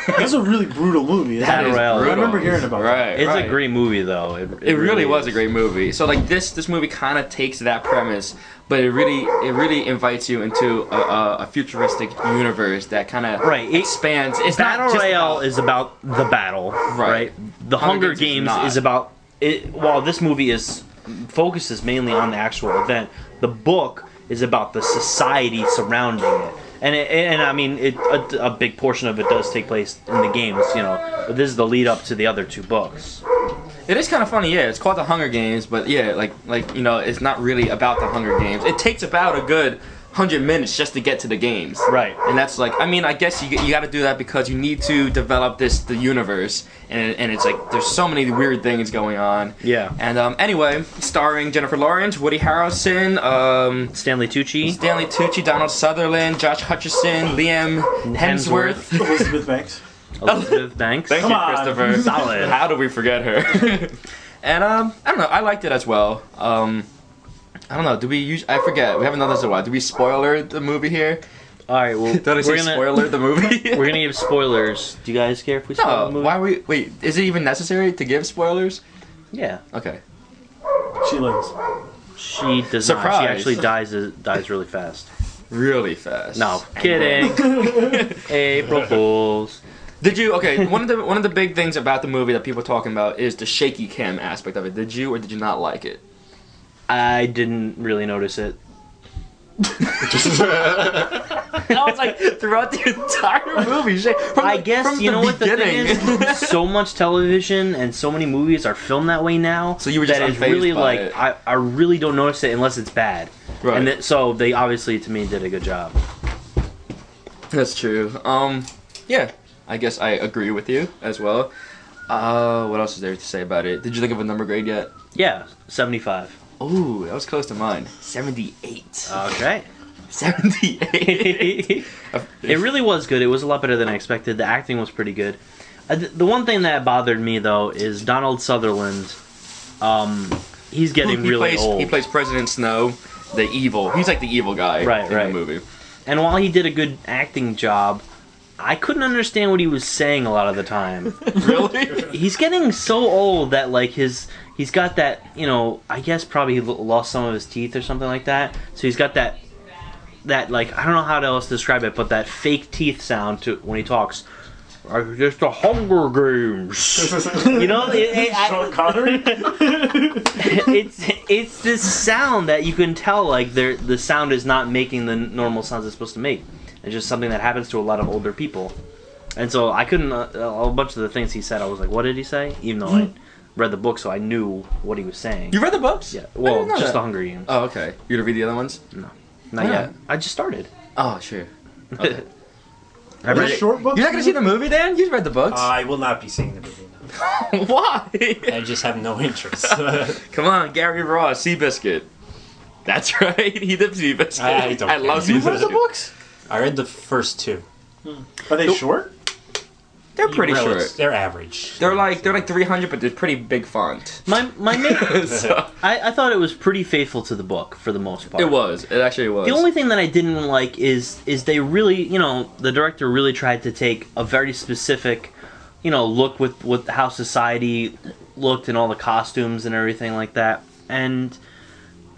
[SPEAKER 3] That's a really brutal movie. isn't
[SPEAKER 1] that
[SPEAKER 2] Battle
[SPEAKER 1] is
[SPEAKER 3] it?
[SPEAKER 2] Royale.
[SPEAKER 1] brutal.
[SPEAKER 3] I remember hearing about that.
[SPEAKER 1] right,
[SPEAKER 2] It's
[SPEAKER 1] right.
[SPEAKER 2] a great movie though. It,
[SPEAKER 1] It really was a
[SPEAKER 2] is.
[SPEAKER 1] great movie. So like this, this movie kind of takes that premise, but it really, it really invites you into a, a, a futuristic universe that kind of
[SPEAKER 2] Right, it-
[SPEAKER 1] expands. It's
[SPEAKER 2] Battle
[SPEAKER 1] not just
[SPEAKER 2] Royale
[SPEAKER 1] about-
[SPEAKER 2] is about the battle, right? The Hunger,
[SPEAKER 1] Hunger
[SPEAKER 2] Games,
[SPEAKER 1] Games is
[SPEAKER 2] is,
[SPEAKER 1] not.
[SPEAKER 2] about it. While this movie is focuses mainly on the actual event, the book is about the society surrounding it. And it, and I mean, it, a, a big portion of it does take place in the games. You know, but this is the lead up to the other two books.
[SPEAKER 1] It is kind of funny, yeah. It's called the Hunger Games, but yeah, like like you know, it's not really about the Hunger Games. It takes about a good hundred minutes just to get to the games.
[SPEAKER 2] Right.
[SPEAKER 1] And that's like, I mean, I guess you you got to do that because you need to develop this the universe, and and it's like there's so many weird things going on.
[SPEAKER 2] Yeah.
[SPEAKER 1] And um, anyway, starring Jennifer Lawrence, Woody Harrelson, um,
[SPEAKER 2] Stanley Tucci.
[SPEAKER 1] Stanley Tucci, Donald Sutherland, Josh Hutcherson, Liam Hemsworth.
[SPEAKER 3] Elizabeth Banks.
[SPEAKER 1] <laughs>
[SPEAKER 2] Elizabeth Banks.
[SPEAKER 1] Thank
[SPEAKER 3] Come
[SPEAKER 1] you, <laughs>
[SPEAKER 3] on.
[SPEAKER 1] Christopher.
[SPEAKER 2] <laughs> Solid.
[SPEAKER 1] How do we forget her? <laughs> and um, I don't know. I liked it as well. Um, I don't know. Do we use? I forget. We haven't done this in a while. Do we spoiler the movie
[SPEAKER 2] <laughs>
[SPEAKER 1] here?
[SPEAKER 2] All right. Well,
[SPEAKER 1] Did I
[SPEAKER 2] we're
[SPEAKER 1] say
[SPEAKER 2] gonna
[SPEAKER 1] spoiler the movie?
[SPEAKER 2] <laughs> we're gonna give spoilers. Do you guys care if we spoil
[SPEAKER 1] <laughs> no.
[SPEAKER 2] the movie?
[SPEAKER 1] Why we? Wait. Is it even necessary to give spoilers?
[SPEAKER 2] Yeah.
[SPEAKER 1] Okay.
[SPEAKER 3] She lives.
[SPEAKER 2] She does not. She
[SPEAKER 1] Surprise.
[SPEAKER 2] actually dies uh, dies really fast.
[SPEAKER 1] Really fast.
[SPEAKER 2] No, kidding.
[SPEAKER 1] <laughs>
[SPEAKER 2] April Fools.
[SPEAKER 1] Did you? Okay. One of the one of the big things about the movie that people are talking about is the shaky cam aspect of it. Did you or did you not like <laughs> it?
[SPEAKER 2] I didn't really notice it.
[SPEAKER 1] I was like throughout the entire movie. shake- From
[SPEAKER 2] I
[SPEAKER 1] the-
[SPEAKER 2] guess
[SPEAKER 1] from
[SPEAKER 2] you know what the thing
[SPEAKER 1] beginning. <laughs>
[SPEAKER 2] is. so much television and so many movies are filmed that way now.
[SPEAKER 1] So you were
[SPEAKER 2] that
[SPEAKER 1] just
[SPEAKER 2] it's
[SPEAKER 1] unfazed
[SPEAKER 2] really
[SPEAKER 1] by
[SPEAKER 2] like
[SPEAKER 1] it.
[SPEAKER 2] I, I really don't notice it unless it's bad.
[SPEAKER 1] Right.
[SPEAKER 2] And that, so they obviously to me did a good job.
[SPEAKER 1] That's true. Um, yeah, I guess I agree with you as well. Uh, what else is there to say about it? Did you think of a number grade yet?
[SPEAKER 2] Yeah,
[SPEAKER 1] <laughs>
[SPEAKER 2] seventy five.
[SPEAKER 1] Ooh, that was close to mine. Seventy-eight.
[SPEAKER 2] Okay. <laughs>
[SPEAKER 1] <laughs> Seventy-eight.
[SPEAKER 2] it really was good. It was a lot better than I expected. The acting was pretty good. Uh, th- the one thing that bothered me though is Donald Sutherland. Um, he's getting
[SPEAKER 1] he
[SPEAKER 2] really
[SPEAKER 1] plays,
[SPEAKER 2] old.
[SPEAKER 1] He plays President Snow, the evil. He's like the evil guy
[SPEAKER 2] Right,
[SPEAKER 1] in
[SPEAKER 2] right.
[SPEAKER 1] the movie.
[SPEAKER 2] And while he did a good acting job, I couldn't understand what he was saying a lot of the time.
[SPEAKER 1] Really?
[SPEAKER 2] he's getting so old that like his he's got that you know I guess probably he lo- lost some of his teeth or something like that. So he's got that that like I don't know how to else describe it, but that fake teeth sound to when he talks. Like, It's the Hunger Games. You know, it, it- I-
[SPEAKER 3] Sean <laughs> Connery.
[SPEAKER 2] it's it's this sound that you can tell like they're- the sound is not making the normal sounds it's supposed to make. It's just something that happens to a lot of older people, and so I couldn't. Uh, a bunch of the things he said, I was like, "What did he say?" Even though I read the book, so I knew what he was saying.
[SPEAKER 1] Mm-hmm. You read the books?
[SPEAKER 2] yeah, well,
[SPEAKER 1] didn't know
[SPEAKER 2] just
[SPEAKER 1] that.
[SPEAKER 2] the Hunger Games.
[SPEAKER 1] Oh, okay. You gonna read the other ones?
[SPEAKER 2] not
[SPEAKER 1] yeah.
[SPEAKER 2] yet. I just started.
[SPEAKER 1] Oh,
[SPEAKER 2] <laughs>
[SPEAKER 1] sure. Okay.
[SPEAKER 2] I read
[SPEAKER 3] The
[SPEAKER 2] it.
[SPEAKER 3] short book.
[SPEAKER 1] You're not gonna see the movie, Dan? You read the books?
[SPEAKER 2] Uh,
[SPEAKER 4] I will not be seeing the movie. No.
[SPEAKER 1] <laughs> Why?
[SPEAKER 4] I just have no interest. <laughs>
[SPEAKER 1] Come on, Gary Ross, Seabiscuit. That's <laughs> right. He did Zebus.
[SPEAKER 4] I- I don't care.
[SPEAKER 1] love
[SPEAKER 4] You
[SPEAKER 1] Zebus.
[SPEAKER 3] What are the books?
[SPEAKER 4] I read the first two.
[SPEAKER 3] Are they short?
[SPEAKER 1] They're pretty
[SPEAKER 4] Well,
[SPEAKER 1] short.
[SPEAKER 4] it's- They're average.
[SPEAKER 1] They're like they're like 300, but they're pretty big font. <laughs>
[SPEAKER 2] My my main,
[SPEAKER 1] So-
[SPEAKER 2] <laughs> I, I thought it was pretty faithful to the book for the most part.
[SPEAKER 1] it was. It actually was.
[SPEAKER 2] The only thing that I didn't like is is they really, you know, the director really tried to take a very specific, you know, look with with how society looked and all the costumes and everything like that. And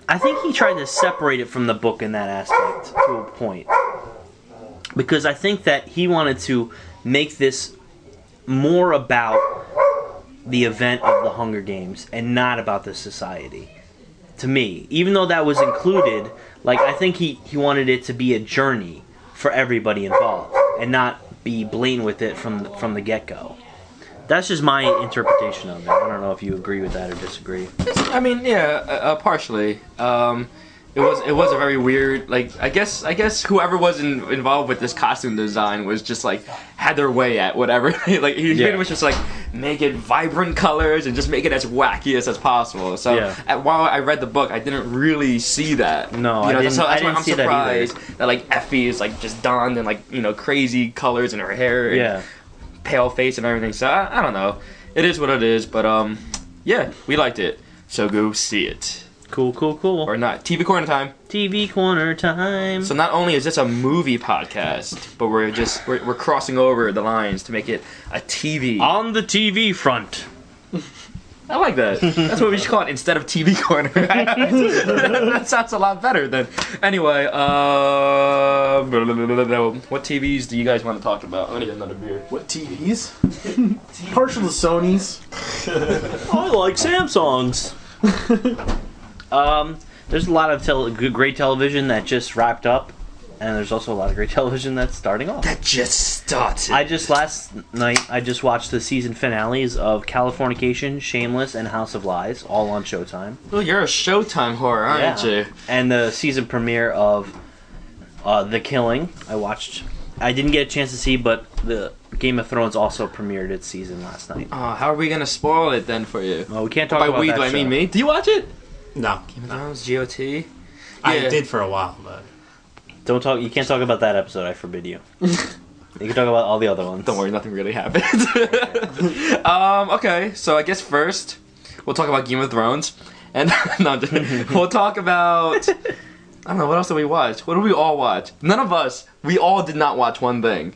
[SPEAKER 2] I think he tried to separate it from the book in that aspect to a point. Because I think that he wanted to make this more about the event of the Hunger Games and not about the society to me even though that was included like i think he, he wanted it to be a journey for everybody involved and not be blatant with it from the, from the get-go that's just my interpretation of it i don't know if you agree with that or disagree
[SPEAKER 1] I mean, yeah, uh, uh, partially. Um, it was it was a very weird. Like, I guess I guess whoever was in, involved with this costume design was just like had their way at whatever. <laughs> like, he
[SPEAKER 2] Yeah.
[SPEAKER 1] was just like make it vibrant colors and just make it as wacky as, as possible. So
[SPEAKER 2] Yeah.
[SPEAKER 1] uh, while I read the book, I didn't really see that.
[SPEAKER 2] No, I didn't- I didn't see that either.
[SPEAKER 1] that, like Effie is like just donned in like you know crazy colors in her hair. and
[SPEAKER 2] yeah
[SPEAKER 1] pale face and everything. So I, I don't know. It is what it is, but um, yeah, we liked it. So go see it
[SPEAKER 2] cool cool cool
[SPEAKER 1] or not. TV corner time.
[SPEAKER 2] tv corner time
[SPEAKER 1] So not only is this a movie podcast, but we're just we're, we're crossing over the lines to make it a TV.
[SPEAKER 2] on the tv front
[SPEAKER 1] I like that. That's what we should call it instead of TV corner. <laughs> that sounds a lot better than. Anyway, uh, what TVs do you guys want to talk about? I'm gonna get another beer.
[SPEAKER 3] What TVs? <laughs> Partial to Sony's.
[SPEAKER 2] i like samsungs <laughs> um there's a lot of tele- good- great television that just wrapped up and there's also a lot of great <laughs> television that's starting off
[SPEAKER 1] That just started.
[SPEAKER 2] I just last night I just watched the season finales of Californication, Shameless, and House of Lies, all on Showtime,
[SPEAKER 1] Well, you're a Showtime horror, aren't
[SPEAKER 2] Yeah.
[SPEAKER 1] you?
[SPEAKER 2] and the season premiere of uh, The Killing. I watched. I didn't get a chance to see, but the Game of Thrones also premiered its season last night.
[SPEAKER 1] Oh, how are we gonna spoil it then for you?
[SPEAKER 2] Oh, we can't talk
[SPEAKER 1] By
[SPEAKER 2] about
[SPEAKER 1] we,
[SPEAKER 2] that
[SPEAKER 1] do I
[SPEAKER 2] show.
[SPEAKER 1] mean me? Do you watch it?
[SPEAKER 4] No, no.
[SPEAKER 1] Thrones, GOT. Yeah.
[SPEAKER 4] I did for a while, but
[SPEAKER 2] Don't talk. You can't talk about that episode. I forbid you. you can talk about all the other ones.
[SPEAKER 1] Don't worry, nothing really happened. <laughs> um, okay, so I guess first we'll talk about Game of Thrones, and <laughs> no, I'm just-
[SPEAKER 2] <laughs>
[SPEAKER 1] we'll talk about. I don't know what else did we watch. What did we all watch? None of us. We all did not watch one thing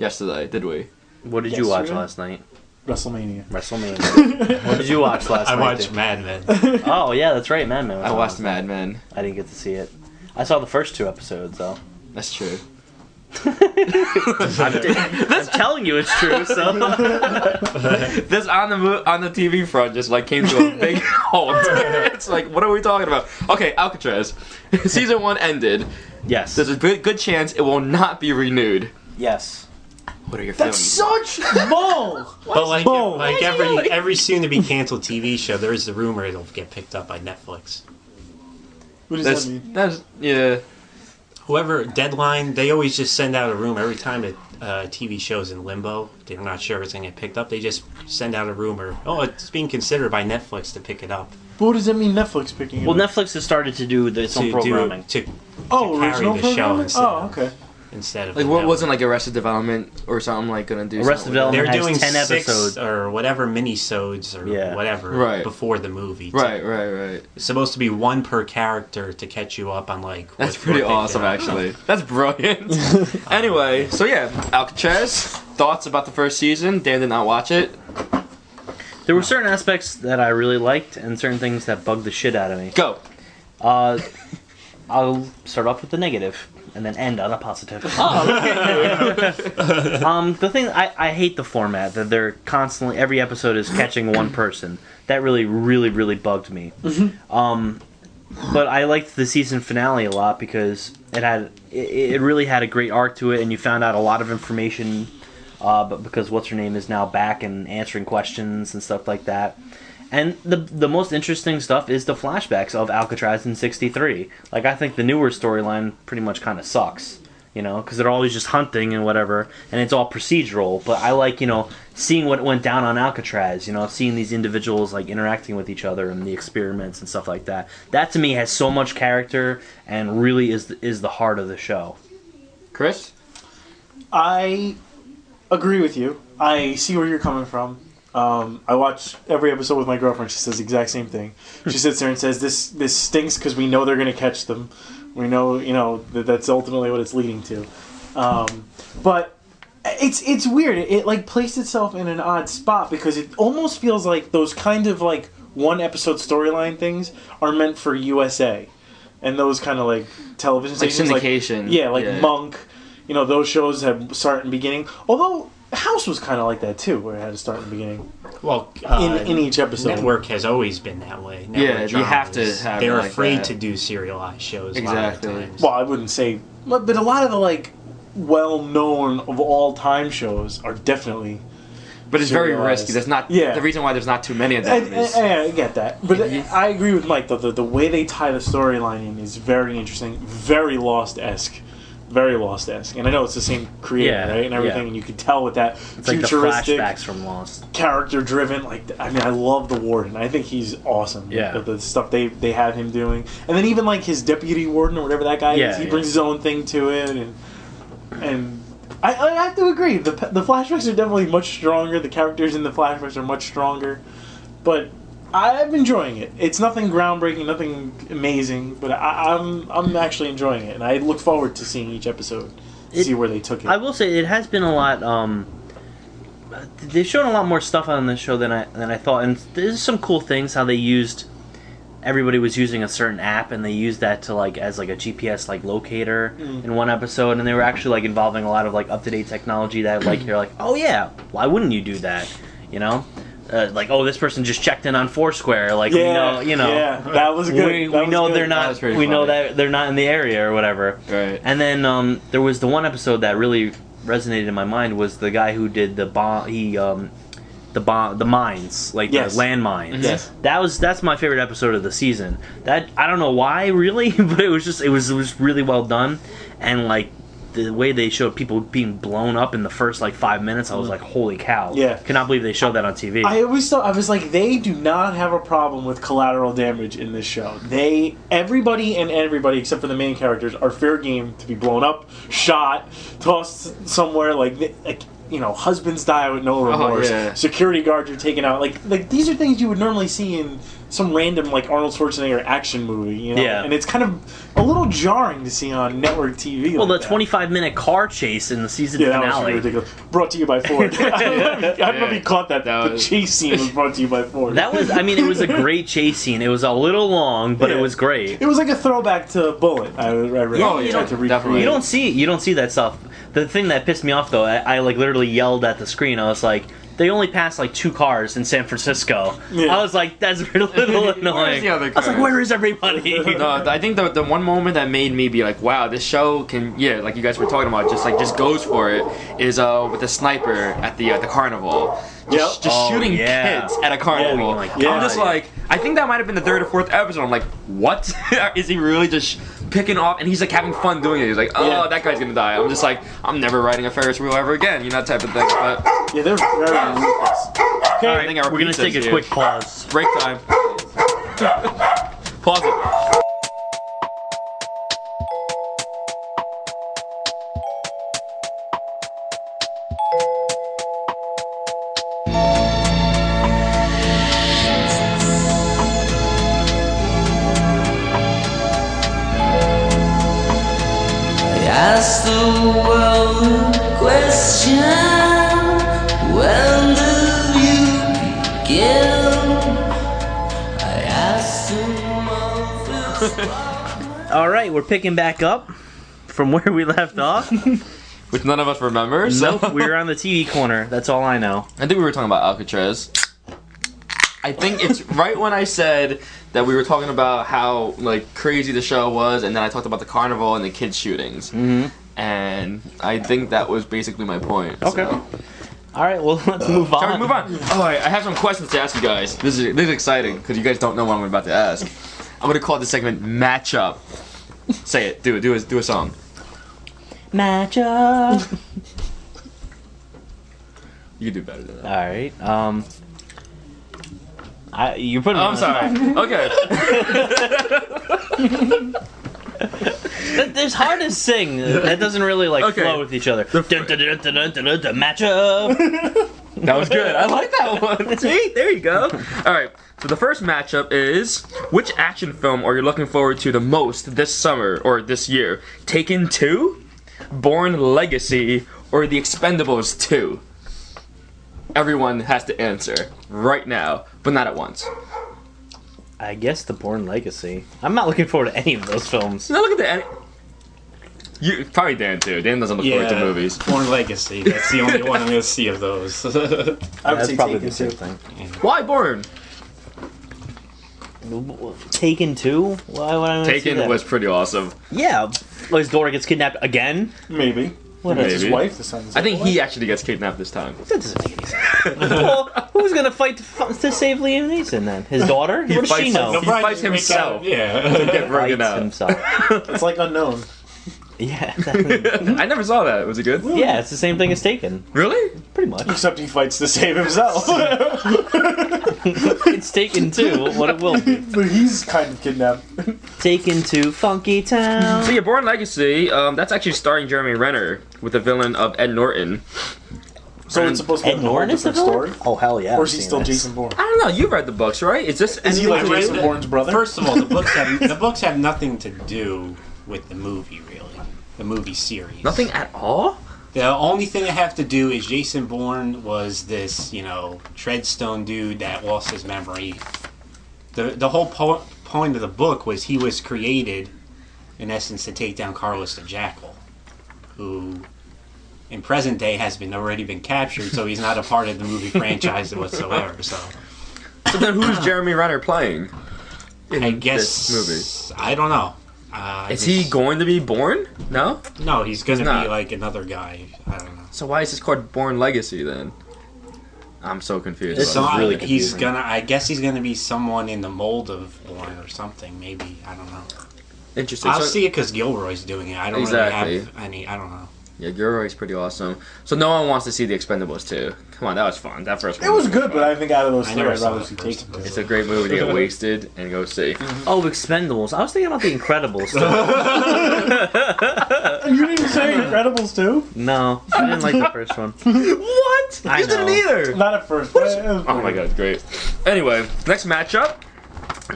[SPEAKER 1] yesterday, did we?
[SPEAKER 2] What did you
[SPEAKER 3] Yes,
[SPEAKER 2] watch
[SPEAKER 3] you are.
[SPEAKER 2] last night?
[SPEAKER 3] WrestleMania.
[SPEAKER 2] WrestleMania. what did you watch last
[SPEAKER 4] I
[SPEAKER 2] night?
[SPEAKER 4] watched
[SPEAKER 2] dude?
[SPEAKER 4] Mad
[SPEAKER 1] <laughs>
[SPEAKER 4] Men.
[SPEAKER 2] Oh yeah, that's right, Mad Men. was
[SPEAKER 1] I
[SPEAKER 2] on
[SPEAKER 1] watched
[SPEAKER 2] last
[SPEAKER 1] Mad Men.
[SPEAKER 2] I didn't get to see it. I saw the first two episodes though.
[SPEAKER 1] That's true.
[SPEAKER 2] I'm, t- I'm telling you, it's true. So
[SPEAKER 1] <laughs> this on the mo- on the TV front just like came to a big halt. <laughs> it's like, what are we talking about? Okay, Alcatraz, <laughs> season one ended.
[SPEAKER 2] yes,
[SPEAKER 1] There's a good, good chance it will not be renewed.
[SPEAKER 2] yes.
[SPEAKER 1] What are your
[SPEAKER 3] That's
[SPEAKER 1] feelings?
[SPEAKER 3] such bull.
[SPEAKER 4] but like,
[SPEAKER 3] Whoa.
[SPEAKER 4] like every every soon to be canceled TV show, there is the rumor it'll get picked up by Netflix.
[SPEAKER 3] What does
[SPEAKER 1] That's,
[SPEAKER 3] that mean?
[SPEAKER 1] that's yeah.
[SPEAKER 4] Whoever deadline, they always just send out a rumor every time a uh, TV show's in limbo. They're not sure if it's gonna get picked up. They just send out a rumor. Oh, it's being considered by Netflix to pick it up
[SPEAKER 3] But what does that mean? Netflix picking it
[SPEAKER 2] Well,
[SPEAKER 3] up?
[SPEAKER 2] Netflix has started to do its own
[SPEAKER 4] to do
[SPEAKER 2] programming.
[SPEAKER 4] to
[SPEAKER 3] oh,
[SPEAKER 4] carry
[SPEAKER 3] original
[SPEAKER 4] the show
[SPEAKER 3] programming.
[SPEAKER 4] instead
[SPEAKER 3] Oh,
[SPEAKER 4] of-
[SPEAKER 3] okay.
[SPEAKER 4] instead of
[SPEAKER 1] Like
[SPEAKER 4] the
[SPEAKER 1] what
[SPEAKER 4] Netflix.
[SPEAKER 1] wasn't like Arrested Development or something like gonna do something
[SPEAKER 2] Arrested
[SPEAKER 1] with it?
[SPEAKER 2] Development.
[SPEAKER 4] They're doing
[SPEAKER 2] has 10
[SPEAKER 4] six
[SPEAKER 2] episodes.
[SPEAKER 4] or whatever minisodes or
[SPEAKER 2] Yeah.
[SPEAKER 4] whatever
[SPEAKER 1] Right.
[SPEAKER 4] before the movie.
[SPEAKER 1] Right, right, right.
[SPEAKER 4] It's supposed to be one per character to catch you up on like.
[SPEAKER 1] That's
[SPEAKER 4] what-
[SPEAKER 1] pretty
[SPEAKER 4] what they
[SPEAKER 1] awesome,
[SPEAKER 4] did.
[SPEAKER 1] actually. That's brilliant.
[SPEAKER 3] <laughs>
[SPEAKER 1] <laughs> anyway, so yeah, Alcatraz. Thoughts about the first season? Dan did not watch it.
[SPEAKER 2] There were certain aspects that I really liked, and certain things that bugged the shit out of me.
[SPEAKER 1] Go.
[SPEAKER 2] Uh, I'll start off with the negative, and then end on a positive. um, the thing I, I hate the format that they're constantly every episode is catching one person. That really, really, really bugged me. Um, but I liked the season finale a lot because it had it, it really had a great arc to it, and you found out a lot of information. Uh, but because what's her name is now back and answering questions and stuff like that. And the the most interesting stuff is the flashbacks of Alcatraz in '63. Like I think the newer storyline pretty much kind of sucks. you know, because they're always just hunting and whatever, and it's all procedural. But I like, you know, seeing what went down on Alcatraz, you know, seeing these individuals like interacting with each other and the experiments and stuff like that. That to me has so much character and really is is the heart of the show.
[SPEAKER 1] Chris?
[SPEAKER 3] I agree with you. I see where you're coming from. Um, I watch every episode with my girlfriend. She says the exact same thing. She sits there and says, "This this stinks because we know they're going to catch them. We know you know that that's ultimately what it's leading to." Um, but it's it's weird. It, it like placed itself in an odd spot because it almost feels like those kind of like one episode storyline things are meant for USA and those kind of like television
[SPEAKER 1] Like
[SPEAKER 3] stations
[SPEAKER 1] syndication.
[SPEAKER 3] yeah, like
[SPEAKER 1] Yeah.
[SPEAKER 3] Monk. You know, those shows have start and beginning. Although House was kind of like that too, where it had a start and beginning
[SPEAKER 4] Well,
[SPEAKER 3] in,
[SPEAKER 4] uh,
[SPEAKER 3] in each episode.
[SPEAKER 4] network has always been that way. Network
[SPEAKER 1] Yeah, you have to
[SPEAKER 4] dramas.
[SPEAKER 1] have it
[SPEAKER 4] They're
[SPEAKER 1] like
[SPEAKER 4] afraid
[SPEAKER 1] that.
[SPEAKER 4] to do serialized shows. A lot
[SPEAKER 1] Exactly.
[SPEAKER 4] of the times.
[SPEAKER 3] Well, I wouldn't say, but but a lot of the like well-known of all time shows are definitely.
[SPEAKER 1] But it's very
[SPEAKER 3] Serialized.
[SPEAKER 1] risky. There's not
[SPEAKER 3] Yeah.
[SPEAKER 1] the reason why there's not too many of
[SPEAKER 3] I,
[SPEAKER 1] them is
[SPEAKER 3] I, I get that, but
[SPEAKER 1] Yeah.
[SPEAKER 3] I agree with Mike though. The, the way they tie the storyline in is very interesting, very Lost esque, very Lost esque. And I know it's the same creator,
[SPEAKER 2] Yeah,
[SPEAKER 3] right, and everything,
[SPEAKER 2] yeah.
[SPEAKER 3] and you could tell with that
[SPEAKER 2] It's like the
[SPEAKER 3] futuristic.
[SPEAKER 2] flashbacks from Lost.
[SPEAKER 3] character driven. Like th- I mean, I love the warden. I think he's awesome.
[SPEAKER 2] Yeah.
[SPEAKER 3] The, the stuff they they have him doing, and then even like his deputy warden or whatever that guy
[SPEAKER 2] Yeah,
[SPEAKER 3] is, he
[SPEAKER 2] yeah.
[SPEAKER 3] brings his own thing to it, and and. I, I have to agree. The, p- the flashbacks are definitely much stronger. The characters in the flashbacks are much stronger, but I'm enjoying it. It's nothing groundbreaking, nothing amazing, but I, I'm I'm actually enjoying it, and I look forward to seeing each episode, to
[SPEAKER 2] It-
[SPEAKER 3] see where they took it.
[SPEAKER 2] I will say it has been a lot. Um, they've shown a lot more stuff on this show than I than I thought, and there's some cool things how they used. Everybody was using a certain app, and they used that to like as like a GPS like locator
[SPEAKER 3] Hmm.
[SPEAKER 2] in one episode, and they were actually like involving a lot of like up to date technology that like you're like, oh yeah, why wouldn't you do that? You know, uh, like oh this person just checked in on Foursquare, like we know, you know,
[SPEAKER 3] yeah, that was
[SPEAKER 2] <laughs>
[SPEAKER 3] good.
[SPEAKER 2] we,
[SPEAKER 3] That
[SPEAKER 2] we
[SPEAKER 3] was
[SPEAKER 2] know
[SPEAKER 3] good.
[SPEAKER 2] they're
[SPEAKER 1] That
[SPEAKER 2] not
[SPEAKER 1] was pretty
[SPEAKER 2] we know
[SPEAKER 1] funny.
[SPEAKER 2] that they're not in the area or whatever.
[SPEAKER 1] Right.
[SPEAKER 2] And then um, there was the one episode that really resonated in my mind was the guy who did the bomb. He um, the bomb, the mines, like
[SPEAKER 3] Yes. Mm-hmm.
[SPEAKER 2] the landmines.
[SPEAKER 3] Yes.
[SPEAKER 2] That was that's my favorite episode of the season. That I don't know why <laughs> really, but it was just it was it was really well done, and like the way they showed people being blown up in the first like five minutes, I was like, holy cow!
[SPEAKER 3] Mm-hmm. Yeah.
[SPEAKER 2] Cannot believe they showed that on TV.
[SPEAKER 3] I always thought I was like, they do not have a problem with collateral damage in this show. They everybody and everybody except for the main characters are fair game to be blown up, shot, tossed somewhere. Like, they- like you know, husbands die with
[SPEAKER 2] Oh,
[SPEAKER 3] no remorse.
[SPEAKER 1] yeah.
[SPEAKER 3] Security guards are taken out. Like, like these are things you would normally see in some random like Arnold Schwarzenegger action movie. You know,
[SPEAKER 2] Yeah.
[SPEAKER 3] and it's kind of a little jarring to see on network TV.
[SPEAKER 2] well, the
[SPEAKER 3] like that.
[SPEAKER 2] 25 minute car chase in the season
[SPEAKER 3] Yeah, that was
[SPEAKER 2] finale.
[SPEAKER 3] really ridiculous. Brought to you by
[SPEAKER 2] <laughs>
[SPEAKER 3] Ford. <laughs> I don't know if you- I don't know if you
[SPEAKER 1] Yeah.
[SPEAKER 3] caught that.
[SPEAKER 1] That
[SPEAKER 3] the
[SPEAKER 1] was-
[SPEAKER 3] chase scene was brought to you by Ford.
[SPEAKER 2] That was, I mean, it was a great chase scene. It was a little long, but
[SPEAKER 3] Yeah.
[SPEAKER 2] it was great.
[SPEAKER 3] <laughs> It was like a throwback to Bullet. I, I read.
[SPEAKER 2] Yeah,
[SPEAKER 3] I
[SPEAKER 2] you
[SPEAKER 3] tried
[SPEAKER 2] don't-
[SPEAKER 3] to recreate
[SPEAKER 1] Oh, definitely.
[SPEAKER 2] You
[SPEAKER 3] it.
[SPEAKER 2] don't see, you don't see that stuff. The thing that pissed me off though, I, I like literally yelled at the screen. I was like, they only passed like two cars in San Francisco.
[SPEAKER 3] Yeah.
[SPEAKER 2] I was like, that's a
[SPEAKER 1] <laughs>
[SPEAKER 2] little annoying.
[SPEAKER 1] the other
[SPEAKER 2] I was like,
[SPEAKER 1] car?
[SPEAKER 2] where is
[SPEAKER 1] <laughs>
[SPEAKER 2] everybody?
[SPEAKER 1] No, I think the the one moment that made me be like, wow, this show can yeah, like you guys were talking about, just like just goes for it is uh with the sniper at the uh, the carnival. Just,
[SPEAKER 3] Yep.
[SPEAKER 1] just
[SPEAKER 2] Oh,
[SPEAKER 1] shooting
[SPEAKER 2] yeah.
[SPEAKER 1] kids at a carnival.
[SPEAKER 2] Oh my
[SPEAKER 1] I'm
[SPEAKER 3] God.
[SPEAKER 1] just like, I think that might have been the third or fourth episode. I'm like, what? <laughs> Is he really just picking off? And he's like having fun doing it. He's like, oh,
[SPEAKER 3] Yeah.
[SPEAKER 1] that guy's gonna die. I'm just like, I'm never riding a Ferris wheel ever again. You know, that type of thing. But
[SPEAKER 3] Yeah, they're very ruthless. Okay.
[SPEAKER 1] I think our
[SPEAKER 2] We're gonna
[SPEAKER 1] pizza's
[SPEAKER 2] take a
[SPEAKER 1] here.
[SPEAKER 2] quick pause.
[SPEAKER 1] break time. <laughs> Pause it.
[SPEAKER 6] Ask the world a question. When do you begin? I ask them all this.
[SPEAKER 2] All right, we're picking back up from <laughs> where
[SPEAKER 1] <laughs>
[SPEAKER 2] we left off.
[SPEAKER 1] Which none of us remember. So
[SPEAKER 2] nope, we were on the TV corner. That's all I know.
[SPEAKER 1] I think we were talking about Alcatraz. I think <laughs> it's right when I said that we were talking about how like crazy the show was, and then I talked about the carnival and the kids shootings,
[SPEAKER 2] Mhm.
[SPEAKER 1] and I think that was basically my point.
[SPEAKER 2] Okay.
[SPEAKER 1] so.
[SPEAKER 2] All right, well <laughs> let's move on.
[SPEAKER 1] Uh, Shall we move on? All right, I have some questions to ask you guys. This is this is exciting because you guys don't know what I'm about to <laughs> ask. I'm gonna call this segment matchup. Say it. Do it. Do a do a song.
[SPEAKER 2] match up.
[SPEAKER 1] You do better than that.
[SPEAKER 2] All right. Um, I you're putting. me on
[SPEAKER 1] Oh, I'm
[SPEAKER 2] the
[SPEAKER 1] sorry.
[SPEAKER 2] spot.
[SPEAKER 1] Okay. <laughs>
[SPEAKER 2] That- It's hard
[SPEAKER 1] <laughs>
[SPEAKER 2] to sing. That doesn't really like
[SPEAKER 1] Okay.
[SPEAKER 2] flow with each other. Dun, dun, dun, dun, dun, dun, dun, dun,
[SPEAKER 1] <laughs>
[SPEAKER 2] Match up.
[SPEAKER 1] That was good. I like that one. <laughs> See, there you go. All right. So the first matchup is which action film are you looking forward to the most this summer or this year? Taken Two, Born Legacy, or The Expendables Two? Everyone has to answer right now, but not at once.
[SPEAKER 2] I guess the Born Legacy. I'm not looking forward to any of those films.
[SPEAKER 1] Now look at that. You probably Dan too. Dan doesn't look forward to movies.
[SPEAKER 4] Born Legacy. That's the only one I'm going to see of <laughs> those.
[SPEAKER 3] I would
[SPEAKER 2] That's
[SPEAKER 3] say
[SPEAKER 2] probably
[SPEAKER 3] Taken
[SPEAKER 2] the same
[SPEAKER 3] too.
[SPEAKER 2] thing.
[SPEAKER 1] Why Born?
[SPEAKER 2] Taken two? Why would I wanna see
[SPEAKER 1] Taken
[SPEAKER 2] that?
[SPEAKER 1] was pretty awesome.
[SPEAKER 2] yeah. Liz Dora gets kidnapped again.
[SPEAKER 3] Maybe.
[SPEAKER 2] What
[SPEAKER 3] That's
[SPEAKER 2] else?
[SPEAKER 3] his
[SPEAKER 1] Maybe.
[SPEAKER 3] wife. The son's
[SPEAKER 1] I think he actually gets kidnapped this time.
[SPEAKER 2] That doesn't make any
[SPEAKER 1] <laughs>
[SPEAKER 2] sense. well, who's gonna fight to, fu- to save Liam Neeson then? His daughter?
[SPEAKER 1] He
[SPEAKER 2] what does she
[SPEAKER 1] fights
[SPEAKER 2] know?
[SPEAKER 1] like He fights himself.
[SPEAKER 4] Yeah.
[SPEAKER 1] Get broken
[SPEAKER 2] Fights
[SPEAKER 1] up.
[SPEAKER 2] himself.
[SPEAKER 3] It's like unknown.
[SPEAKER 2] yeah. <laughs>
[SPEAKER 1] I never saw that. Was it good?
[SPEAKER 2] yeah. It's the same thing as Taken.
[SPEAKER 1] Really? <laughs>
[SPEAKER 2] Pretty much.
[SPEAKER 3] Except he fights to save
[SPEAKER 2] <laughs>
[SPEAKER 3] himself. <laughs>
[SPEAKER 2] It's Taken two. What it will be.
[SPEAKER 3] but he's kind of kidnapped.
[SPEAKER 2] Taken to Funky
[SPEAKER 1] So
[SPEAKER 2] Town.
[SPEAKER 1] yeah, Born Legacy. Um, that's actually starring Jeremy Renner with the villain of Ed Norton.
[SPEAKER 3] So it's supposed to
[SPEAKER 2] Ed
[SPEAKER 3] be a whole
[SPEAKER 2] Norton is the
[SPEAKER 3] different
[SPEAKER 2] villain?
[SPEAKER 3] story?
[SPEAKER 2] Oh hell yeah.
[SPEAKER 3] Or
[SPEAKER 2] I've
[SPEAKER 3] is he
[SPEAKER 2] seen
[SPEAKER 3] still
[SPEAKER 2] this.
[SPEAKER 3] Jason Bourne?
[SPEAKER 1] I don't know. You read the books, right? Is this?
[SPEAKER 3] Is he like Jason Bourne's
[SPEAKER 4] <laughs>
[SPEAKER 3] brother?
[SPEAKER 4] First of all, the books have the books have nothing to do with the movie, really. The movie series.
[SPEAKER 1] nothing at all?
[SPEAKER 4] The only thing I have to do is Jason Bourne was this, you know, treadstone dude that lost his memory. The the whole po- point of the book was he was created, in essence, to take down Carlos the Jackal, who, in present day, has been already been captured, so he's not a part of the
[SPEAKER 1] <laughs>
[SPEAKER 4] movie franchise whatsoever. So
[SPEAKER 1] So then, who's Jeremy Renner playing? In
[SPEAKER 4] I guess
[SPEAKER 1] this
[SPEAKER 4] I don't know. Uh, I
[SPEAKER 1] movie. Is
[SPEAKER 4] just-
[SPEAKER 1] he going to be born? No.
[SPEAKER 4] No, he's gonna
[SPEAKER 1] He's not.
[SPEAKER 4] be like another guy. I don't know.
[SPEAKER 1] So why is this called Born Legacy then? I'm so confused.
[SPEAKER 2] This
[SPEAKER 4] So
[SPEAKER 1] about
[SPEAKER 2] is
[SPEAKER 1] this.
[SPEAKER 4] I-
[SPEAKER 2] really
[SPEAKER 4] he's
[SPEAKER 2] confusing.
[SPEAKER 4] gonna. I guess he's gonna be someone in the mold of Bourne or something. Maybe I don't know.
[SPEAKER 1] Interesting.
[SPEAKER 4] I'll
[SPEAKER 1] so,
[SPEAKER 4] see it because Gilroy's doing it. I don't
[SPEAKER 1] Exactly.
[SPEAKER 4] really have any. I don't know.
[SPEAKER 1] Yeah, Gilroy's pretty awesome. So no one wants to see The Expendables too. Come on, that was fun. That first one.
[SPEAKER 3] It was good, but I think out of those
[SPEAKER 4] I
[SPEAKER 3] three,
[SPEAKER 4] never
[SPEAKER 3] I'd
[SPEAKER 4] saw
[SPEAKER 3] rather
[SPEAKER 4] that
[SPEAKER 3] see
[SPEAKER 4] first
[SPEAKER 3] Taken.
[SPEAKER 4] one.
[SPEAKER 3] Two.
[SPEAKER 1] It's a great movie to get wasted and go see.
[SPEAKER 2] Oh, Expendables. I was thinking about the Incredibles. Stuff.
[SPEAKER 3] You didn't say Incredibles too?
[SPEAKER 2] no, I didn't like the first one.
[SPEAKER 1] What?
[SPEAKER 2] I
[SPEAKER 1] you didn't
[SPEAKER 2] know.
[SPEAKER 1] either.
[SPEAKER 3] Not at first. But
[SPEAKER 1] Oh my god, great. Anyway, next matchup,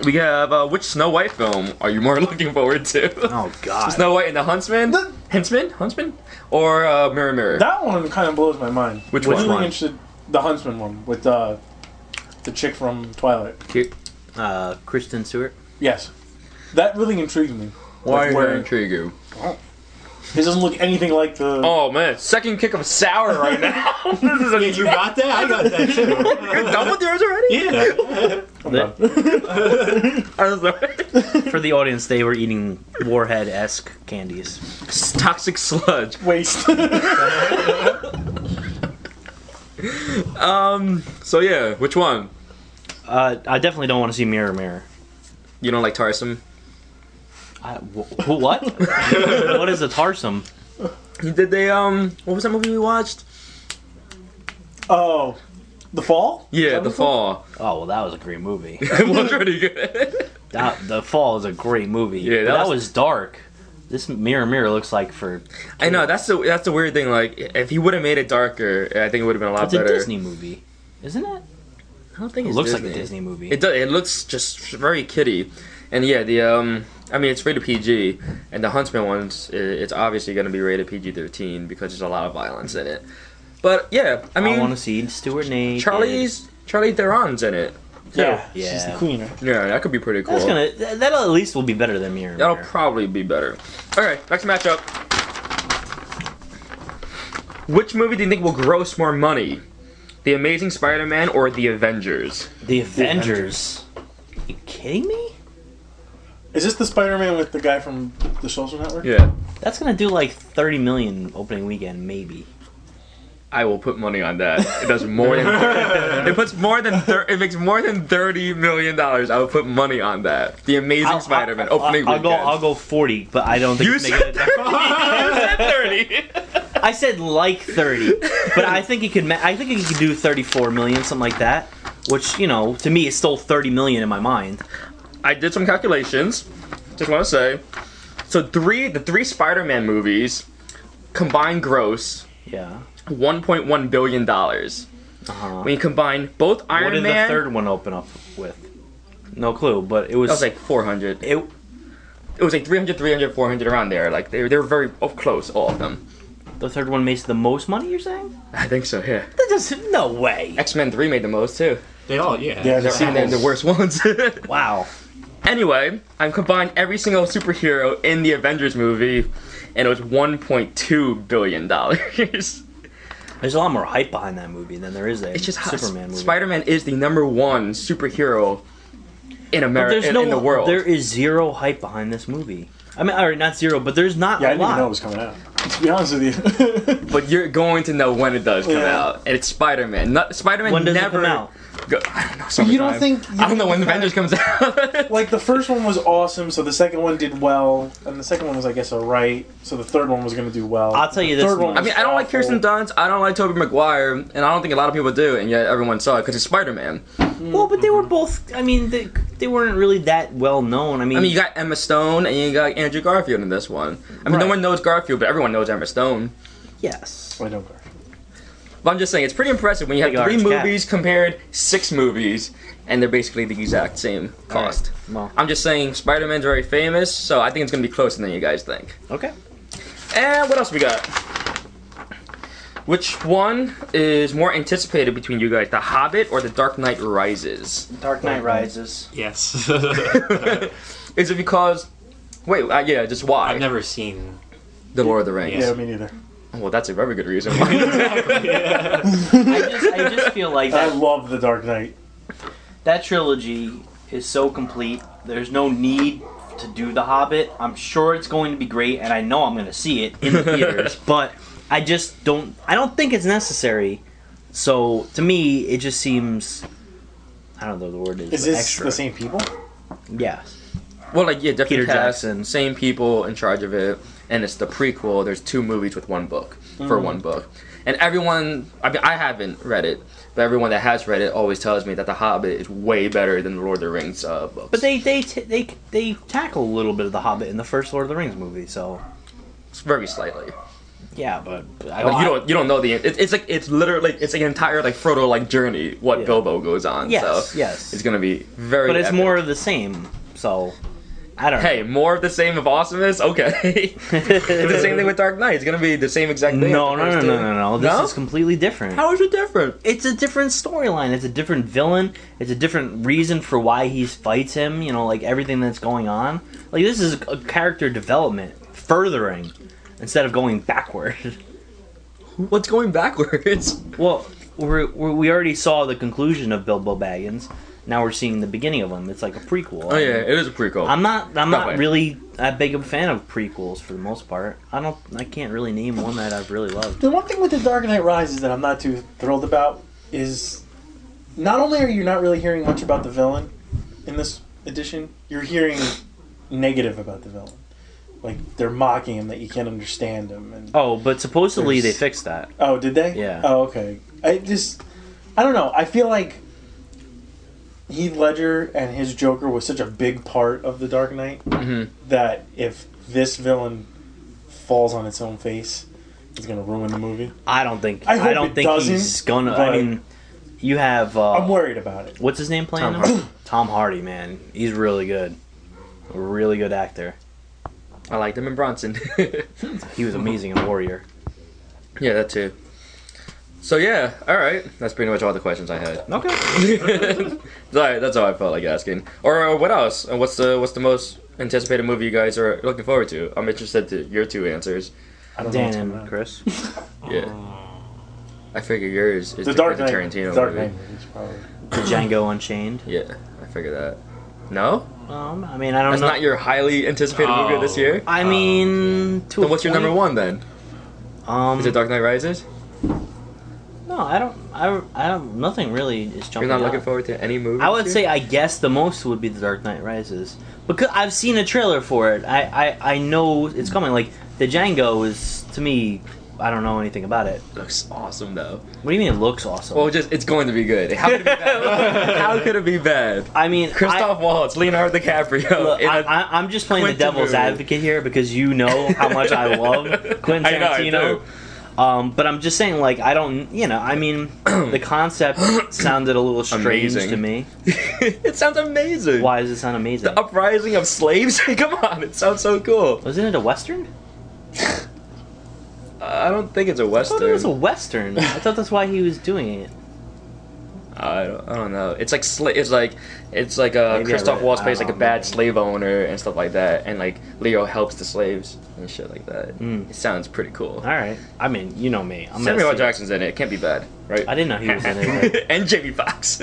[SPEAKER 1] we have uh, which Snow White film are you more <laughs> looking forward to?
[SPEAKER 2] Oh God.
[SPEAKER 1] Snow White and the Huntsman,
[SPEAKER 3] The-
[SPEAKER 1] Huntsman, Huntsman, or uh, Mirror Mirror?
[SPEAKER 3] That one kind of blows my mind.
[SPEAKER 1] Which
[SPEAKER 3] Really
[SPEAKER 1] one?
[SPEAKER 3] Interested, the Huntsman one with uh, the chick from Twilight.
[SPEAKER 1] Cute.
[SPEAKER 2] Uh, Kristen Stewart.
[SPEAKER 3] Yes, that really intrigued me.
[SPEAKER 1] Why
[SPEAKER 3] Like,
[SPEAKER 1] are
[SPEAKER 3] where-
[SPEAKER 1] you intrigued?
[SPEAKER 3] It doesn't look anything like the.
[SPEAKER 1] Oh man, second kick of sour right
[SPEAKER 4] <laughs>
[SPEAKER 1] now. this <laughs> is
[SPEAKER 4] You
[SPEAKER 1] a,
[SPEAKER 4] got that? I got that
[SPEAKER 1] <laughs> you're
[SPEAKER 4] too.
[SPEAKER 1] done with yours already?
[SPEAKER 4] yeah.
[SPEAKER 3] I'm
[SPEAKER 1] <laughs>
[SPEAKER 3] done.
[SPEAKER 1] I'm sorry.
[SPEAKER 2] For the audience, they were eating Warhead-esque candies.
[SPEAKER 1] <laughs> Toxic sludge.
[SPEAKER 3] Waste.
[SPEAKER 1] Um. So yeah, which one?
[SPEAKER 2] Uh, I definitely don't want to see Mirror Mirror.
[SPEAKER 1] You don't like Tarsum?
[SPEAKER 2] I, wh- wh- what? <laughs> what is a Tarsum?
[SPEAKER 1] He did they um. What was that movie we watched?
[SPEAKER 3] <laughs> oh, the fall.
[SPEAKER 1] Yeah, The Fall. <laughs>
[SPEAKER 2] Oh well, that was a great movie.
[SPEAKER 1] it was pretty good.
[SPEAKER 2] That, the Fall is a great movie.
[SPEAKER 1] Yeah,
[SPEAKER 2] But
[SPEAKER 1] that
[SPEAKER 2] that,
[SPEAKER 1] was-
[SPEAKER 2] was... dark. This Mirror Mirror looks like for
[SPEAKER 1] I know that's the that's the weird thing. Like, if he would have made it darker, I think it would have been a lot
[SPEAKER 2] it's a
[SPEAKER 1] better.
[SPEAKER 2] Disney movie, isn't it?
[SPEAKER 1] I don't think
[SPEAKER 2] It
[SPEAKER 1] it's
[SPEAKER 2] looks like a Disney movie.
[SPEAKER 1] It does. It looks just very kiddie, and yeah, the um. I mean, it's rated PG, and the Huntsman ones, i- it's obviously going to be rated PG thirteen because there's a lot of violence in it. But yeah, I
[SPEAKER 2] I,
[SPEAKER 1] mean,
[SPEAKER 2] want to see Stuart Nate.
[SPEAKER 1] Charlie's Charlie Theron's in it. too.
[SPEAKER 3] Yeah,
[SPEAKER 2] Yeah.
[SPEAKER 3] she's the queen. right?
[SPEAKER 1] yeah, that could be pretty cool.
[SPEAKER 2] That's gonna. that- That'll at least will be better than Mirror
[SPEAKER 1] That'll
[SPEAKER 2] Mirror.
[SPEAKER 1] probably be better. Alright, next matchup. Which movie do you think will gross more money? The Amazing Spider Man or The Avengers?
[SPEAKER 2] the Avengers. you kidding me?
[SPEAKER 3] Is this the Spider-Man with the guy from The Social Network?
[SPEAKER 1] Yeah.
[SPEAKER 2] That's gonna do like 30 million opening weekend, maybe.
[SPEAKER 1] I will put money on that. It does more than it puts more than thir- it makes more than thirty million dollars. I will put money on that. The Amazing
[SPEAKER 2] I'll- I'll-
[SPEAKER 1] Spider-Man opening
[SPEAKER 2] I'll, I'll go.
[SPEAKER 1] weekend.
[SPEAKER 2] I'll go forty, but I don't think
[SPEAKER 1] You
[SPEAKER 2] it's making
[SPEAKER 1] said
[SPEAKER 2] it.
[SPEAKER 1] thirty. you said thirty.
[SPEAKER 2] I said like thirty, but I think it could. Ma- I think it could do thirty-four million, something like that. Which you know, to me, is still thirty million in my mind.
[SPEAKER 1] <laughs> I did some calculations. Just want to say, so three the three Spider-Man movies combined gross
[SPEAKER 2] Yeah.
[SPEAKER 1] one point one billion dollars.
[SPEAKER 2] Uh-huh.
[SPEAKER 1] When you combine both Iron
[SPEAKER 2] what did
[SPEAKER 1] Man,
[SPEAKER 2] the third one open up with? No clue, but it was.
[SPEAKER 1] that was like four hundred.
[SPEAKER 2] it,
[SPEAKER 1] It was like 300, 300, 400 around there. Like they they were very up close, all of them.
[SPEAKER 2] the third one makes the most money. You're saying?
[SPEAKER 1] I think so. Yeah.
[SPEAKER 2] That doesn't. No way.
[SPEAKER 1] X Men Three made the most too.
[SPEAKER 4] They all, yeah.
[SPEAKER 3] Yeah, the
[SPEAKER 1] And they're
[SPEAKER 3] sequels.
[SPEAKER 1] the worst ones. <laughs>
[SPEAKER 2] Wow.
[SPEAKER 1] anyway, I've combined every single superhero in the Avengers movie, and it was 1.2 billion dollars. <laughs>
[SPEAKER 2] There's a lot more hype behind that movie than there is a
[SPEAKER 1] It's just how
[SPEAKER 2] Superman movie.
[SPEAKER 1] Spider Man is the number one superhero in
[SPEAKER 2] But
[SPEAKER 1] America
[SPEAKER 2] there's
[SPEAKER 1] in,
[SPEAKER 2] no.
[SPEAKER 1] in the world.
[SPEAKER 2] There is zero hype behind this movie. I mean, all right, not zero, but there's not
[SPEAKER 3] Yeah, I
[SPEAKER 2] a
[SPEAKER 3] didn't
[SPEAKER 2] lot.
[SPEAKER 3] even know it was coming out. To be honest with you, <laughs>
[SPEAKER 1] but you're going to know when it does come
[SPEAKER 3] Yeah.
[SPEAKER 1] out, and it's Spider Man. Not Spider Man.
[SPEAKER 2] when does
[SPEAKER 1] never
[SPEAKER 2] it come out?
[SPEAKER 1] Go, I don't know.
[SPEAKER 3] you don't
[SPEAKER 1] sometime.
[SPEAKER 3] think
[SPEAKER 1] I don't know when Avengers comes out. <laughs>
[SPEAKER 3] Like the first one was awesome, so the second one did well, and the second one was, I guess, alright. So the third one was going to do well.
[SPEAKER 2] I'll tell you
[SPEAKER 3] The
[SPEAKER 2] this
[SPEAKER 3] third one
[SPEAKER 2] much.
[SPEAKER 1] I mean, I don't like
[SPEAKER 3] awful.
[SPEAKER 1] Kirsten Dunst. I don't like Tobey Maguire, and I don't think a lot of people do, and yet everyone saw it because it's Spider Man.
[SPEAKER 2] Well, but they were both. I mean, they, they weren't really that well known. I mean,
[SPEAKER 1] I mean, you got Emma Stone and you got Andrew Garfield in this one. I mean, no
[SPEAKER 2] Right.
[SPEAKER 1] one knows Garfield, but everyone knows Emma Stone.
[SPEAKER 2] yes.
[SPEAKER 3] I don't care.
[SPEAKER 1] But I'm just saying, it's pretty impressive when you have
[SPEAKER 2] Big
[SPEAKER 1] three
[SPEAKER 2] orange cat.
[SPEAKER 1] movies compared six movies, and they're basically the exact same cost.
[SPEAKER 2] Well,
[SPEAKER 1] I'm just saying, Spider Man's very famous, so I think it's gonna be closer than you guys think.
[SPEAKER 2] okay.
[SPEAKER 1] And what else we got? Which one is more anticipated between you guys, The Hobbit or The Dark Knight Rises? <laughs>
[SPEAKER 2] Dark Knight Rises.
[SPEAKER 4] <laughs> Yes.
[SPEAKER 1] Is it because? Wait, uh, yeah, just why?
[SPEAKER 4] I've never seen.
[SPEAKER 1] the Lord of the Rings.
[SPEAKER 3] Yeah, me neither.
[SPEAKER 1] Well, that's a very good reason.
[SPEAKER 4] <laughs>
[SPEAKER 1] why.
[SPEAKER 2] I just, I just feel like
[SPEAKER 3] <laughs> I
[SPEAKER 2] that,
[SPEAKER 3] love the Dark Knight.
[SPEAKER 2] that trilogy is so complete. There's no need to do The Hobbit. I'm sure it's going to be great, and I know I'm going to see it
[SPEAKER 1] <laughs>
[SPEAKER 2] in the theaters. but I just don't. I don't think it's necessary. So to me, it just seems. I don't know what the word is.
[SPEAKER 3] Is this
[SPEAKER 2] extra.
[SPEAKER 3] the same people?
[SPEAKER 2] Yeah.
[SPEAKER 1] well, like yeah, different
[SPEAKER 2] Peter
[SPEAKER 1] cast,
[SPEAKER 2] Jackson.
[SPEAKER 1] same people in charge of it, and it's the prequel. There's two movies with one book for
[SPEAKER 2] Mm-hmm.
[SPEAKER 1] one book, and everyone. I mean, I haven't read it, but everyone that has read it always tells me that The Hobbit is way better than the Lord of the Rings uh, books.
[SPEAKER 2] But they they t- they they tackle a little bit of the Hobbit in the first Lord of the Rings movie, so
[SPEAKER 1] It's very slightly.
[SPEAKER 2] yeah. But I
[SPEAKER 1] Like, you don't you don't know the it, it's like it's literally it's an entire like Frodo like journey what
[SPEAKER 2] Yeah.
[SPEAKER 1] Bilbo goes on.
[SPEAKER 2] Yes,
[SPEAKER 1] so
[SPEAKER 2] yes.
[SPEAKER 1] it's gonna be very.
[SPEAKER 2] But it's
[SPEAKER 1] epic.
[SPEAKER 2] more of the same, so I don't.
[SPEAKER 1] Hey, more of the same of awesomeness. Okay, <laughs>
[SPEAKER 2] know.
[SPEAKER 1] it's
[SPEAKER 2] <laughs>
[SPEAKER 1] the same thing with Dark Knight. It's gonna be the same exact thing.
[SPEAKER 2] No, no,
[SPEAKER 1] as the first
[SPEAKER 2] no, no,
[SPEAKER 1] two.
[SPEAKER 2] no, no. This
[SPEAKER 1] No?
[SPEAKER 2] is completely different.
[SPEAKER 1] How is it different?
[SPEAKER 2] It's a different storyline. It's a different villain. It's a different reason for why he fights him. You know, like everything that's going on. Like this is a character development, furthering instead of going backward. <laughs>
[SPEAKER 1] What's going backwards?
[SPEAKER 2] Well, we're, we're, we already saw the conclusion of Bilbo Baggins. Now we're seeing the beginning of him. It's like a prequel.
[SPEAKER 1] <laughs> Oh yeah, it is a prequel.
[SPEAKER 2] I'm not. I'm
[SPEAKER 1] No
[SPEAKER 2] not
[SPEAKER 1] way.
[SPEAKER 2] really that big of a fan of prequels for the most part. I don't. I can't really name one that I've really loved.
[SPEAKER 3] The one thing with the Dark Knight Rises that I'm not too thrilled about is not only are you not really hearing much about the villain in this edition, you're hearing negative about the villain. Like they're mocking him that you can't understand him and
[SPEAKER 2] Oh, but supposedly
[SPEAKER 3] There's-
[SPEAKER 2] they fixed that.
[SPEAKER 3] Oh, did they?
[SPEAKER 2] Yeah.
[SPEAKER 3] Oh, okay. I just, I don't know. I feel like Heath Ledger and his Joker was such a big part of the Dark Knight
[SPEAKER 1] Mhm.
[SPEAKER 3] that if this villain falls on its own face, it's gonna ruin the movie.
[SPEAKER 2] I don't think.
[SPEAKER 3] I
[SPEAKER 2] I,
[SPEAKER 3] hope
[SPEAKER 2] don't
[SPEAKER 3] it
[SPEAKER 2] think
[SPEAKER 3] doesn't,
[SPEAKER 2] he's gonna.
[SPEAKER 3] but-
[SPEAKER 2] I mean, you have. Uh,
[SPEAKER 3] I'm worried about it.
[SPEAKER 2] what's his name playing
[SPEAKER 1] Tom
[SPEAKER 2] him? <coughs> Tom Hardy, man. He's really good. A really good actor.
[SPEAKER 1] I liked him in Bronson. <laughs>
[SPEAKER 2] He was amazing in Warrior.
[SPEAKER 1] yeah, that too. So yeah, all right. That's pretty much all the questions I had.
[SPEAKER 2] Okay.
[SPEAKER 1] <laughs> Sorry, that's how I felt like asking. Or uh, what else? Uh, What's the what's the most anticipated movie you guys are looking forward to? I'm interested to your two answers.
[SPEAKER 3] I don't
[SPEAKER 2] Dan
[SPEAKER 3] know.
[SPEAKER 2] and
[SPEAKER 3] what's going on.
[SPEAKER 2] Chris.
[SPEAKER 1] Yeah, I figure yours is
[SPEAKER 3] Oh. The Dark
[SPEAKER 1] the
[SPEAKER 3] Knight.
[SPEAKER 1] Tarantino
[SPEAKER 3] the Dark
[SPEAKER 1] movie.
[SPEAKER 3] Knight movies, probably.
[SPEAKER 2] Django Unchained.
[SPEAKER 1] Yeah, I figure that. No,
[SPEAKER 2] Um, I mean, I don't
[SPEAKER 1] that's
[SPEAKER 2] know.
[SPEAKER 1] not your highly anticipated movie of this
[SPEAKER 4] Oh.
[SPEAKER 1] year.
[SPEAKER 2] I mean, to a
[SPEAKER 1] Then what's your
[SPEAKER 2] point.
[SPEAKER 1] number one then?
[SPEAKER 2] Um,
[SPEAKER 1] Is it Dark Knight Rises?
[SPEAKER 2] No, I don't. I, I don't. Nothing really is
[SPEAKER 1] You're
[SPEAKER 2] jumping.
[SPEAKER 1] not looking
[SPEAKER 2] out.
[SPEAKER 1] forward to any movie.
[SPEAKER 2] I would
[SPEAKER 1] this
[SPEAKER 2] say
[SPEAKER 1] year?
[SPEAKER 2] I guess the most would be The Dark Knight Rises because I've seen a trailer for it. I I, I know it's coming. Like the Django is to me. I don't know anything about it.
[SPEAKER 1] It looks awesome though.
[SPEAKER 2] What do you mean it looks awesome?
[SPEAKER 1] Well, just it's going to be good. How could it be
[SPEAKER 2] <laughs>
[SPEAKER 1] bad? How could it be bad?
[SPEAKER 2] I mean,
[SPEAKER 1] Christoph Waltz, Leonardo DiCaprio.
[SPEAKER 2] I, look,
[SPEAKER 1] in a-
[SPEAKER 2] I, I, I'm just playing the
[SPEAKER 1] Quentin
[SPEAKER 2] devil's
[SPEAKER 1] movie.
[SPEAKER 2] advocate here because you know how
[SPEAKER 1] <laughs>
[SPEAKER 2] much I love Quentin
[SPEAKER 1] I know, I
[SPEAKER 2] Tarantino.
[SPEAKER 1] do.
[SPEAKER 2] Um, but I'm just saying, like, I don't, you know, I
[SPEAKER 1] <clears throat>
[SPEAKER 2] mean, the concept sounded a little strange
[SPEAKER 1] Amazing.
[SPEAKER 2] to me.
[SPEAKER 1] <laughs> it sounds amazing.
[SPEAKER 2] Why does it sound amazing?
[SPEAKER 1] The uprising of slaves? <laughs> Come on, it sounds so cool.
[SPEAKER 2] Wasn't it a western?
[SPEAKER 1] I don't think it's a
[SPEAKER 2] I thought it
[SPEAKER 1] western.
[SPEAKER 2] was a western. I thought that's why he was doing it.
[SPEAKER 1] I don't, I don't know. It's like sla- it's like it's like uh,
[SPEAKER 2] Maybe I
[SPEAKER 1] Christoph
[SPEAKER 2] read it.
[SPEAKER 1] Waltz
[SPEAKER 2] I
[SPEAKER 1] plays
[SPEAKER 2] don't
[SPEAKER 1] like a
[SPEAKER 2] know.
[SPEAKER 1] bad slave owner and stuff like that, and like Leo helps the slaves and shit like that.
[SPEAKER 2] Mm.
[SPEAKER 1] It sounds pretty cool.
[SPEAKER 2] All right. I mean, you know me. I'm
[SPEAKER 1] Samuel
[SPEAKER 2] gonna
[SPEAKER 1] L.
[SPEAKER 2] see
[SPEAKER 1] Jackson's in it. It can't be bad, right?
[SPEAKER 2] it. I didn't know he
[SPEAKER 1] <laughs>
[SPEAKER 2] was in it. but-
[SPEAKER 1] and Jamie Foxx.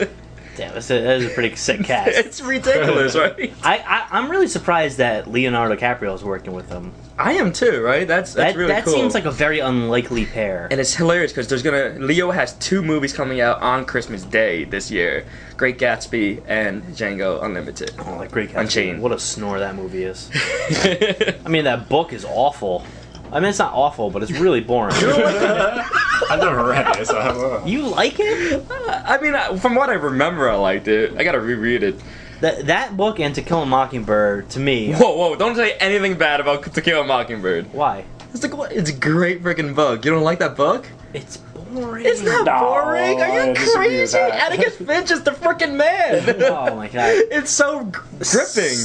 [SPEAKER 2] Damn, that's a, that is a pretty sick cast.
[SPEAKER 1] <laughs> it's
[SPEAKER 2] <laughs>
[SPEAKER 1] ridiculous, right?
[SPEAKER 2] I, I I'm really surprised that Leonardo DiCaprio is working with them.
[SPEAKER 1] I am too, right? That's that's
[SPEAKER 2] that
[SPEAKER 1] really
[SPEAKER 2] that
[SPEAKER 1] cool.
[SPEAKER 2] seems like a very unlikely pair.
[SPEAKER 1] and it's hilarious because there's gonna Leo has two movies coming out on Christmas Day this year: Great Gatsby and Django
[SPEAKER 2] <laughs>
[SPEAKER 1] Unlimited.
[SPEAKER 2] Oh, like Great Gatsby.
[SPEAKER 1] Unchained.
[SPEAKER 2] What a snore that movie is. I mean, that book is awful. I mean, it's not awful, but it's really boring.
[SPEAKER 7] I've never read it, so I
[SPEAKER 3] <laughs>
[SPEAKER 7] don't know.
[SPEAKER 2] you like it?
[SPEAKER 1] I mean, I- from what I remember, I liked it. I gotta reread it.
[SPEAKER 2] That that book and To Kill a Mockingbird to me.
[SPEAKER 1] Whoa, whoa! Don't say anything bad about To Kill a Mockingbird.
[SPEAKER 2] Why?
[SPEAKER 1] It's like what? It's a great freaking book. You don't like that book?
[SPEAKER 2] It's boring.
[SPEAKER 1] It's not
[SPEAKER 3] No,
[SPEAKER 1] boring. Are
[SPEAKER 3] I
[SPEAKER 1] you
[SPEAKER 3] disagree with
[SPEAKER 1] crazy?
[SPEAKER 2] <laughs>
[SPEAKER 3] that.
[SPEAKER 1] Atticus Finch is the freaking man.
[SPEAKER 2] Oh my God.
[SPEAKER 1] It's so gr- gripping.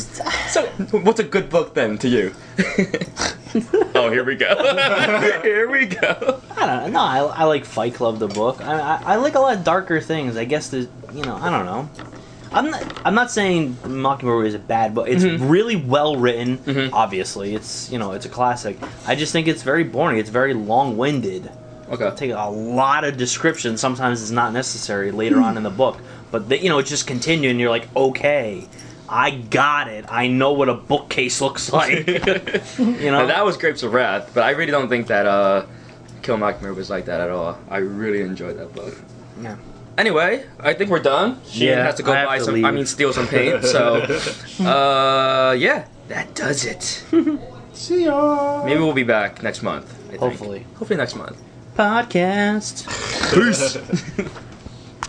[SPEAKER 1] So, what's a good book then to
[SPEAKER 2] <laughs>
[SPEAKER 1] you? oh, here we go. <laughs> here we go.
[SPEAKER 2] I don't know. I, I like Fight Club, the book. I, I, I like a lot of darker things. I guess the you know I don't know. I'm not, I'm not saying Mockingbird is a bad book. It's really well written. Obviously, it's you know it's a classic. I just think it's very boring. It's very long winded.
[SPEAKER 1] Okay.
[SPEAKER 2] Take a lot of description. Sometimes it's not necessary later on in the book. But the, you know it's just continuing. You're like okay. I got it. I know what a bookcase looks <laughs> like. You know,
[SPEAKER 1] <laughs> Now, that was Grapes of Wrath, but I really don't think that uh, Kill a Mockingbird was like that at all. I really enjoyed that book.
[SPEAKER 2] Yeah.
[SPEAKER 1] Anyway, I think we're done. She
[SPEAKER 2] Yeah,
[SPEAKER 1] has to go
[SPEAKER 2] I have
[SPEAKER 1] buy
[SPEAKER 2] to
[SPEAKER 1] some. I
[SPEAKER 2] leave.
[SPEAKER 1] mean, steal some paint.
[SPEAKER 2] <laughs>
[SPEAKER 1] So, uh, yeah, that does it.
[SPEAKER 3] See ya.
[SPEAKER 1] Maybe we'll be back next month. I think.
[SPEAKER 2] Hopefully.
[SPEAKER 1] Hopefully next month.
[SPEAKER 2] podcast.
[SPEAKER 1] Peace.